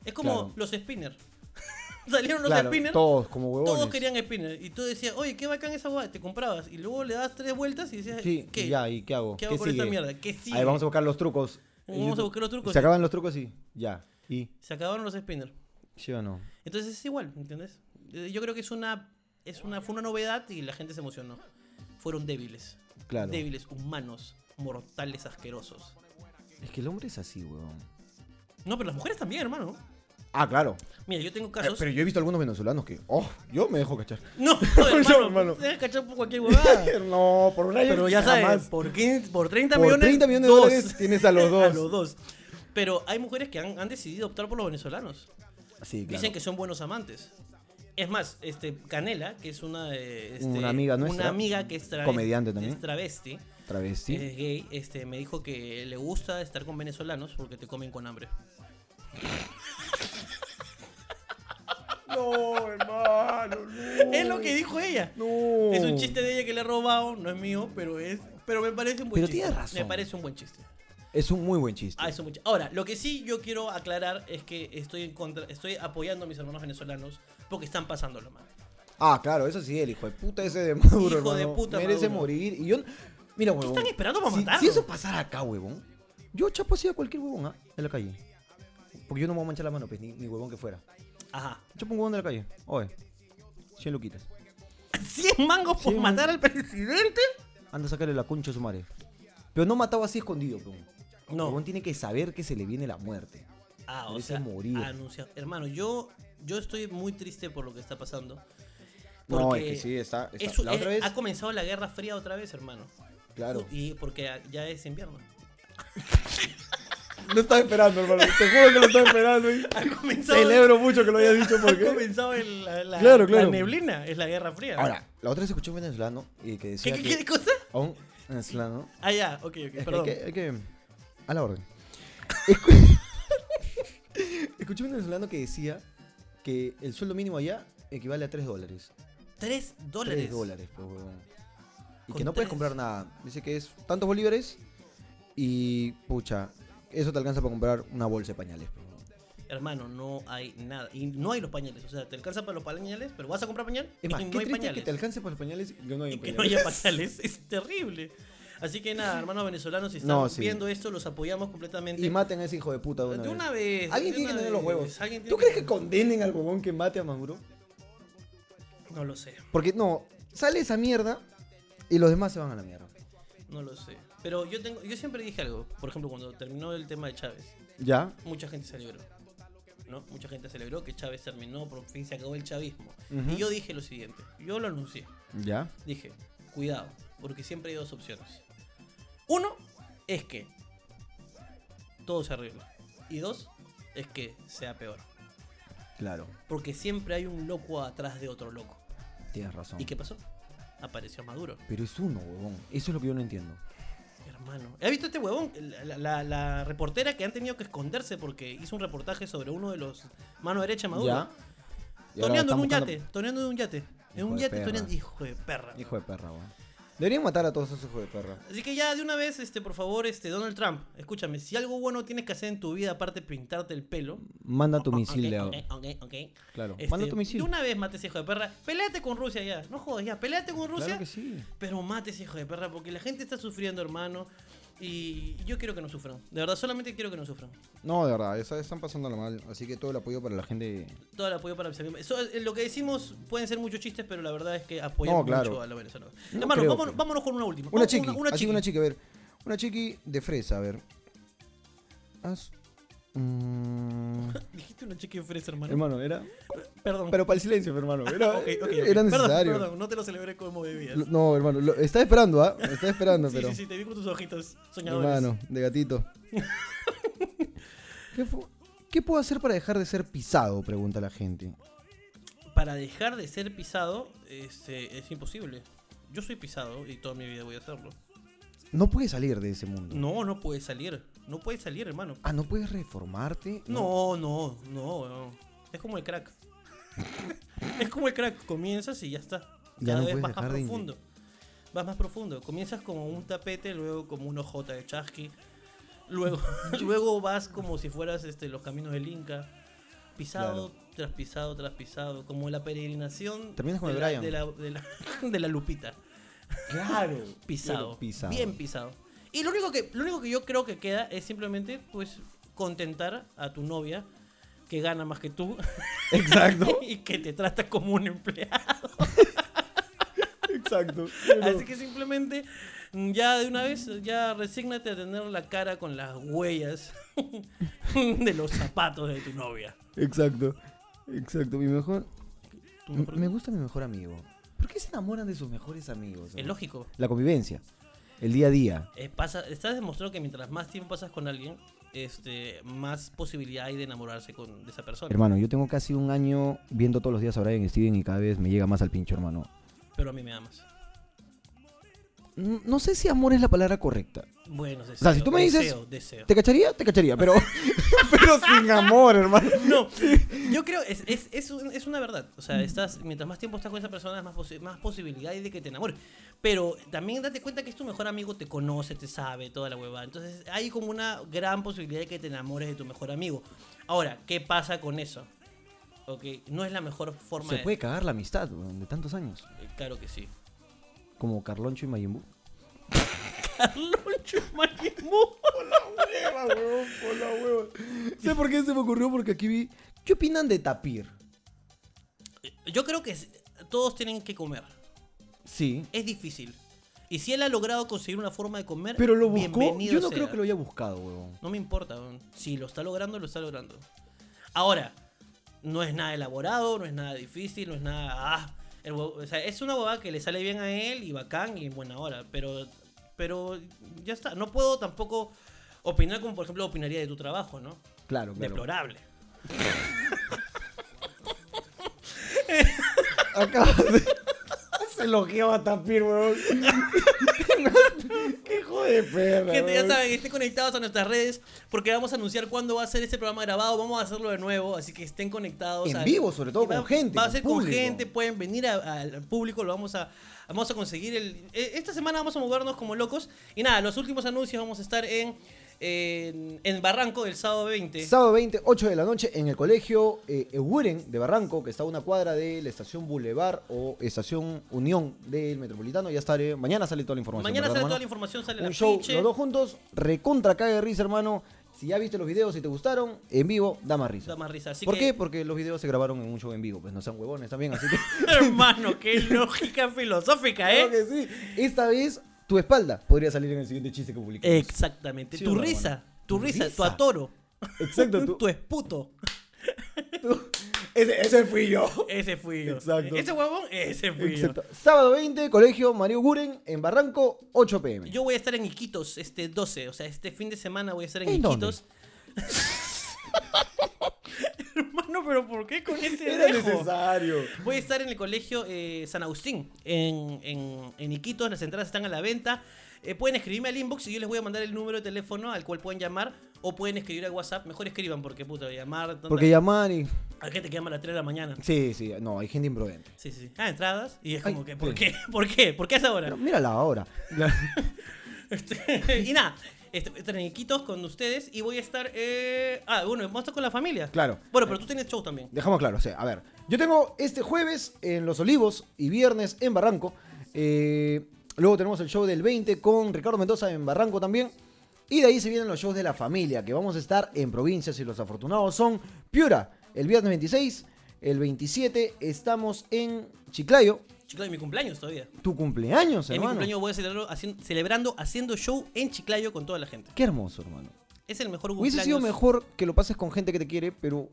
Es
Claro.
como los spinners. *laughs* Salieron los
claro,
spinners.
todos como huevones.
Todos querían spinner. Y tú decías, oye, qué bacán esa guay. Te comprabas. Y luego le das tres vueltas y decías,
Sí,
¿qué?
ya, ¿y qué hago?
¿Qué hago con esta mierda? ¿Qué
A
sigue?
ver, vamos a buscar los trucos.
Vamos a buscar los trucos,
Se
sí.
acaban los trucos, sí. Ya. ¿Y?
Se acabaron los spinners.
¿Sí o no?
Entonces es igual, ¿entiendes? Eh, Yo creo que es una, es una, fue una novedad y la gente se emocionó. Fueron débiles.
Claro.
Débiles, humanos, mortales, asquerosos.
Es que el hombre es así, huevón.
No, pero las mujeres también, hermano.
Ah, claro.
Mira, yo tengo
Eh,
casos.
Pero yo he visto algunos venezolanos que, oh, yo me dejo cachar.
No,
*laughs* Yo,
hermano,
hermano.
te dejas cachar por cualquier huevada.
*laughs* no, por una
Pero ya sabes,
jamás.
por, 15 por 30
Por
millones.
30 millones de
dos.
dólares tienes a los dos.
*laughs* a los dos. Pero hay mujeres que han, han decidido optar por los venezolanos.
Sí, claro.
Dicen que son buenos amantes. Es más, este Canela, que es una de, este,
Una amiga nuestra,
Una amiga que es travesti.
comediante también.
es travesti,
Travesti.
es gay, este, me dijo que le gusta estar con venezolanos porque te comen con hambre.
No, hermano. no.
Es lo que dijo ella.
No.
*laughs* Es un chiste de ella que le he robado, no es mío, pero es. Pero me parece un buen
Pero
chiste.
tienes razón.
Me parece un buen chiste.
Es un muy buen chiste.
Ah, eso mucho. Ahora, lo que sí yo quiero aclarar es que estoy en contra, estoy apoyando a mis hermanos venezolanos porque están pasándolo mal.
Ah, claro, eso sí, el hijo de puta ese de Maduro.
Hijo de
hermano,
puta
Merece
Maduro.
morir. Y yo. Mira, huevón.
están esperando para
si,
matarlo?
Si eso pasara acá, huevón. Yo chapo así a cualquier huevón, ¿ah? En la calle. Porque yo no me voy a manchar la mano, pues, ni, ni huevón que fuera.
*laughs* Ajá.
Chapo un huevón de la calle. Oye. 100 luquitas.
100 mangos por
Cien-
matar al presidente.
Anda a sacarle la concha a su madre. Pero no matado así escondido, huevón.
No.
Huevón tiene que saber que se le viene la muerte.
Ah, o
Merece
sea,
morir.
anunciado. Hermano, yo, yo estoy muy triste por lo que está pasando.
No,
Porque
es que sí, está. está-
eso
la otra
es-
vez.
Ha comenzado la Guerra Fría otra vez, hermano.
Claro.
Y porque ya
*laughs*
es invierno.
Lo estaba esperando, hermano. Te juro que lo estaba esperando. y
Ha comenzado.
Celebro mucho que lo hayas dicho
*laughs* Ha
porque.
comenzado el- la, la-
Claro,
la
claro.
neblina, es la Guerra *laughs* Fría.
Ahora, la otra vez escuché un venezolano y que
¿Qué,
decía
qué-
que
qué cosa?
a un venezolano
Ah, ya, ok, ok,
es que hay
perdón.
que, hay que- a la orden. Escu- *laughs* escuché un venezolano que decía que el sueldo mínimo allá equivale a 3 dólares.
3 dólares.
3 dólares, pues, huevón. Y
Con
que no puedes
tres.
comprar nada. Dice que es tantos bolívares y pucha, eso te alcanza para comprar una bolsa de pañales. pues, huevón.
Hermano, no hay nada. Y no hay los pañales. O sea, te alcanza para los pañales, pero vas a comprar pañal
Es más,
y
qué
no hay
triste
pañales.
que te alcance para los pañales y que no hay
y que
pañales.
no haya pañales. es terrible. Así que nada, hermanos venezolanos, si están
No, sí.
viendo esto, los apoyamos completamente.
Y maten a ese hijo de puta de una,
de
vez.
una vez.
Alguien tiene
de
que
una
tener los
vez,
huevos.
alguien
¿Tú
tiene
crees que condenen al huevón que mate a Maduro?
No lo sé,
Porque no, sale esa mierda y los demás se van a la mierda.
no lo sé. Pero yo tengo, yo siempre dije algo. Por ejemplo, cuando terminó el tema de Chávez,
¿Ya?
mucha gente celebró. ¿No? Mucha gente celebró que Chávez terminó, por fin se acabó el chavismo.
Ujú.
Y yo dije lo siguiente, yo lo anuncié.
¿Ya?
dije, cuidado, porque siempre hay dos opciones. Uno es que todo se arregla. Y dos es que sea peor.
Claro,
Porque siempre hay un loco atrás de otro loco.
tienes razón.
¿Y qué pasó? Apareció Maduro.
Pero es uno, huevón. Eso es lo que yo no entiendo.
Hermano. ¿Has visto este huevón? La, la- la- la reportera que han tenido que esconderse porque hizo un reportaje sobre uno de los mano derecha de Maduro.
¿Ya? Y ahora
Toneando en
están
un
buscando-
yate. Toneando en un yate. En
Hijo
un
de
yate
perra.
toneando. Hijo de perra.
Hijo de perra, huevón. Deberían matar a todos esos hijos de perra.
Así que ya de una vez, este, por favor, este, Donald Trump, escúchame, si algo bueno tienes que hacer en tu vida, aparte de pintarte el pelo.
Manda tu
Ok,
misil de
ok,
ahora.
ok, ok.
Claro,
Este,
manda tu misil.
De una vez mate ese hijo de perra. Peleate con Rusia ya. No jodas ya, peleate con Rusia.
Claro que sí.
Pero mate ese hijo de perra porque la gente está sufriendo, hermano. Y yo quiero que no sufran. De verdad, solamente quiero que no sufran.
No, de verdad, esa- están pasándolo mal. Así que todo el apoyo para la gente.
Todo el apoyo para el Eso, eh, Lo que decimos pueden ser muchos chistes, pero la verdad es que apoyamos
No, claro.
mucho a los venezolanos.
No
hermano,
creo,
vámonos,
pero-
vámonos con una última.
Una
Vamos con
chiqui.
Una, una
así
chiqui.
una chiqui, a ver. Una chiqui de fresa, a ver. Haz.
*laughs*
Mm,
Dijiste una chiqui de fresa, hermano.
hermano, era.
Perdón.
Pero para el silencio, hermano. Era,
Ok, ok, ok.
eh, era necesario.
Perdón, perdón, no te lo celebré como bebías.
Lo- No, hermano, lo, está esperando, ¿ah? Está esperando,
sí,
pero.
sí, sí, te vi con tus ojitos soñadores.
hermano, de
*laughs*
gatito. ¿Qué, fu- qué puedo hacer para dejar de ser pisado? Pregunta la gente.
Para dejar de ser pisado este, es imposible. Yo soy pisado y toda mi vida voy a hacerlo.
No puedes salir de ese mundo.
No, no puedes salir. No puedes salir, hermano.
Ah, ¿no puedes reformarte?
No, no, no. weón. Es como el crack. *laughs* es como el crack. Comienzas y ya está.
Ya
Cada
no
vez
puedes
vas más
dejar de
profundo. Vas más profundo. Comienzas como un tapete, luego como una jota de chasqui. Luego, *laughs* luego vas como si fueras este, los caminos del Inca. Pisado, tras pisado, tras pisado. Como la peregrinación.
Terminas como
de
el
la-
Brian.
de la- *laughs* de la- de la lupita
Claro.
pisado,
Pero pisado.
Bien pisado. Y lo único, que, lo único que yo creo que queda es simplemente, pues, contentar a tu novia que gana más que tú *laughs*
Exacto. *laughs*
y que te trata como un empleado.
Exacto.
Así que simplemente, mm, ya de una vez, ya resígnate a tener la cara con las huellas *laughs* de los zapatos de tu novia.
Exacto. Exacto. Mi mejor.
Tu mejor-
Me gusta mi mejor amigo. ¿Por qué se enamoran de sus mejores amigos?
Es
hermano?
lógico.
La convivencia. El día a día.
Eh, pasa, estás demostrando que mientras más tiempo pasas con alguien, este, más posibilidad hay de enamorarse con, de esa persona.
Hermano, yo tengo casi un año viendo todos los días a Brian Steven y cada vez me llega más al pincho, hermano.
Pero a mí me amas.
N- No sé si amor es la palabra correcta.
Bueno, deseo,
sea, si tú me dices-
deseo, deseo.
¿Te cacharía? Te cacharía, pero, *laughs* pero sin amor, hermano.
No, yo creo, es, es, es, un- es una verdad. O sea, estás, mientras más tiempo estás con esa persona, es más, posi- más posibilidad hay de que te enamores. Pero también date cuenta que es tu mejor amigo, te conoce, te sabe, toda la huevada. Entonces hay como una gran posibilidad de que te enamores de tu mejor amigo. Ahora, ¿qué pasa con eso? Ok, no es la mejor forma
Se
de...
puede cagar la amistad weón, de tantos años.
Eh, Claro que sí. *laughs*
Como Carloncho y Mayimbu.
Carloncho Majimú.
Hola, huevón, hola, huevón. ¿Sabes por qué se me ocurrió? Porque aquí vi. ¿Qué opinan de Tapir?
Yo creo que es- todos tienen que comer.
Sí.
Es difícil. Y si él ha logrado conseguir una forma de comer,
Pero lo buscó.
bienvenido
Yo no
sea.
creo que lo haya buscado, huevón.
No me importa, weón. si lo está logrando, lo está logrando. Ahora, no es nada elaborado, no es nada difícil, no es nada. ah, el huevo- o sea, es una huevada que le sale bien a él y bacán y en buena hora, pero, pero ya está. No puedo tampoco opinar como, por ejemplo, opinaría de tu trabajo, ¿no?
Claro, claro.
Deplorable.
Acabas de. Se elogiaba a Tapir, weón. Qué hijo de perra.
Gente, ya
huevón.
saben, estén conectados a nuestras redes porque vamos a anunciar cuándo va a ser este programa grabado. Vamos a hacerlo de nuevo, así que estén conectados.
En
a-
vivo, sobre todo,
Y va-
con gente,
Va a
con
ser con
público.
gente, pueden venir a- al público, lo vamos a, vamos a conseguir. El, eh, esta semana vamos a movernos como locos. Y nada, los últimos anuncios vamos a estar en, en, en Barranco el sábado 20.
Sábado 20, 8 de la noche, en el colegio eh, Eguren de Barranco, que está a una cuadra de la estación Boulevard o estación Unión del Metropolitano. Ya estaré. Mañana sale toda la información.
Mañana sale
¿verdad,
toda
hermano?
la información, sale la
Un show,
fiche.
los dos juntos, recontra caga de risa, hermano. Si ya viste los videos y te gustaron, en vivo, da más risa.
Da más risa. Así
¿Por
que-
qué? Porque los videos se grabaron en un show en vivo. Pues no sean huevones también, así que. *laughs*
Hermano, qué lógica filosófica, *laughs* ¿eh?
Claro que sí. Esta vez, tu espalda podría salir en el siguiente chiste que publiquemos.
Exactamente.
Sí,
tu
Ramón.
risa, tu
Tu
risa, tu
risa.
atoro, *laughs*
Exacto, tú.
tu esputo.
Ese, ese fui yo.
Ese fui yo.
Exacto.
Ese huevón, ese fui
Exacto. Sábado 20, colegio Mario Guren, en Barranco, 8
yo.
pm.
Yo voy a estar en Iquitos este 12, o sea, este fin de semana voy a estar en,
¿En dónde?
Iquitos. *laughs* Hermano, pero ¿por qué con ese
Era
dejo?
necesario.
Voy a estar en el colegio eh, San Agustín, en, en, en Iquitos, las entradas están a la venta. Eh, pueden escribirme al inbox y yo les voy a mandar el número de teléfono al cual pueden llamar o pueden escribir al WhatsApp. Mejor escriban porque puta, llamar. tanta-
Porque llamar y.
Hay gente que llama a las 3 de la mañana.
Sí, sí, no, hay gente imprudente.
Sí, sí. sí. Ah, entradas. Y es como
Ay,
que, ¿por
sí.
qué? *laughs* ¿Por qué? ¿Por qué a esa hora?
Pero mírala ahora.
Este, y nada, este, voy a estar en Iquitos con ustedes y voy a estar. eh, Ah, bueno, vamos a estar con la familia.
Claro.
Bueno, pero tú tienes show también.
Dejamos claro, o sea, a ver. Yo tengo este jueves en Los Olivos y viernes en Barranco. Eh, luego tenemos el show del 20 con Ricardo Mendoza en Barranco también. Y de ahí se vienen los shows de la familia, que vamos a estar en provincias y los afortunados son Piura, el viernes 26, el 27 estamos en Chiclayo,
Chiclayo, mi cumpleaños todavía.
tu cumpleaños,
En mi
hermano.
cumpleaños voy a celebrarlo haciendo, celebrando, haciendo show en Chiclayo con toda la gente.
Qué hermoso, hermano.
Es el mejor cumpleaños. *laughs*
Hubiese sido mejor que lo pases con gente que te quiere, pero...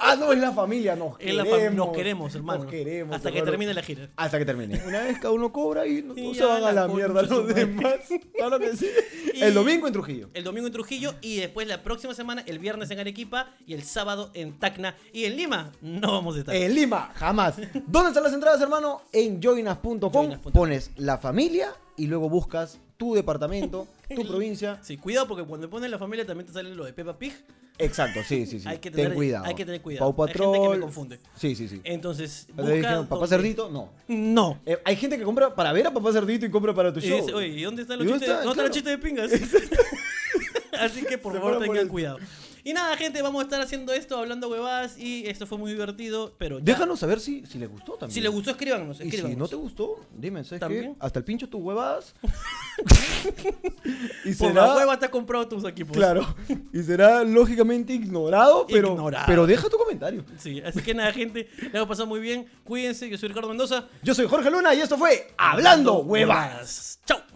Ah, no, es la familia, nos
Es la
queremos.
fam- nos queremos, hermano.
Nos queremos.
Hasta que
hermano.
termine la gira.
Hasta que termine. Una vez cada uno cobra y no
Y
se
ya
van a
la
la
concha
mierda
su
los
madre. *laughs*
demás. Claro que sí.
Y-
El domingo en Trujillo.
El domingo en Trujillo y después la próxima semana, el viernes en Arequipa y el sábado en Tacna. Y en Lima no vamos a estar.
En Lima, jamás. ¿Dónde están las entradas, hermano? En joinas.com.
Joinas.com.
Pones la familia y luego buscas tu departamento,
*laughs*
tu provincia.
Sí, cuidado porque cuando pones la familia también te sale lo de Peppa Pig.
Exacto, sí, sí, sí.
Hay que
Ten
tener-
cuidado.
hay que tener cuidado.
Pau
Hay gente que me
Patrol.
confunde.
Sí, sí, sí.
Entonces,
Le Ah, dijeron,
busca
¿Papá
donde-
Cerdito? No.
No.
Eh, hay gente que compra para ver a Papá Cerdito y compra para tu
Y
show.
dice, oye, ¿y dónde están los
¿Y
chistes?
dónde está?
¿No están los chistes de pingas? *laughs* Así que por
Se
favor
fueron por
tengan
el-
cuidado. Y nada, gente, vamos a estar haciendo esto, hablando huevadas y esto fue muy divertido, pero ya.
Déjanos saber si, si les gustó también.
Si les gustó, escríbanos,
Y si
escríbanos.
no te gustó, dime, ¿sabes
También.
qué? Hasta el pincho tus
*laughs*
huevadas. y
Por pues.
será.
la hueva te has comprado tus equipos.
Claro. Y será lógicamente ignorado, pero.
Ignorado.
Pero deja tu comentario.
Sí, así que nada, gente, la hemos pasado muy bien. Cuídense, yo soy Ricardo Mendoza.
Yo soy Jorge Luna y esto fue Hablando Huevadas.
Chao.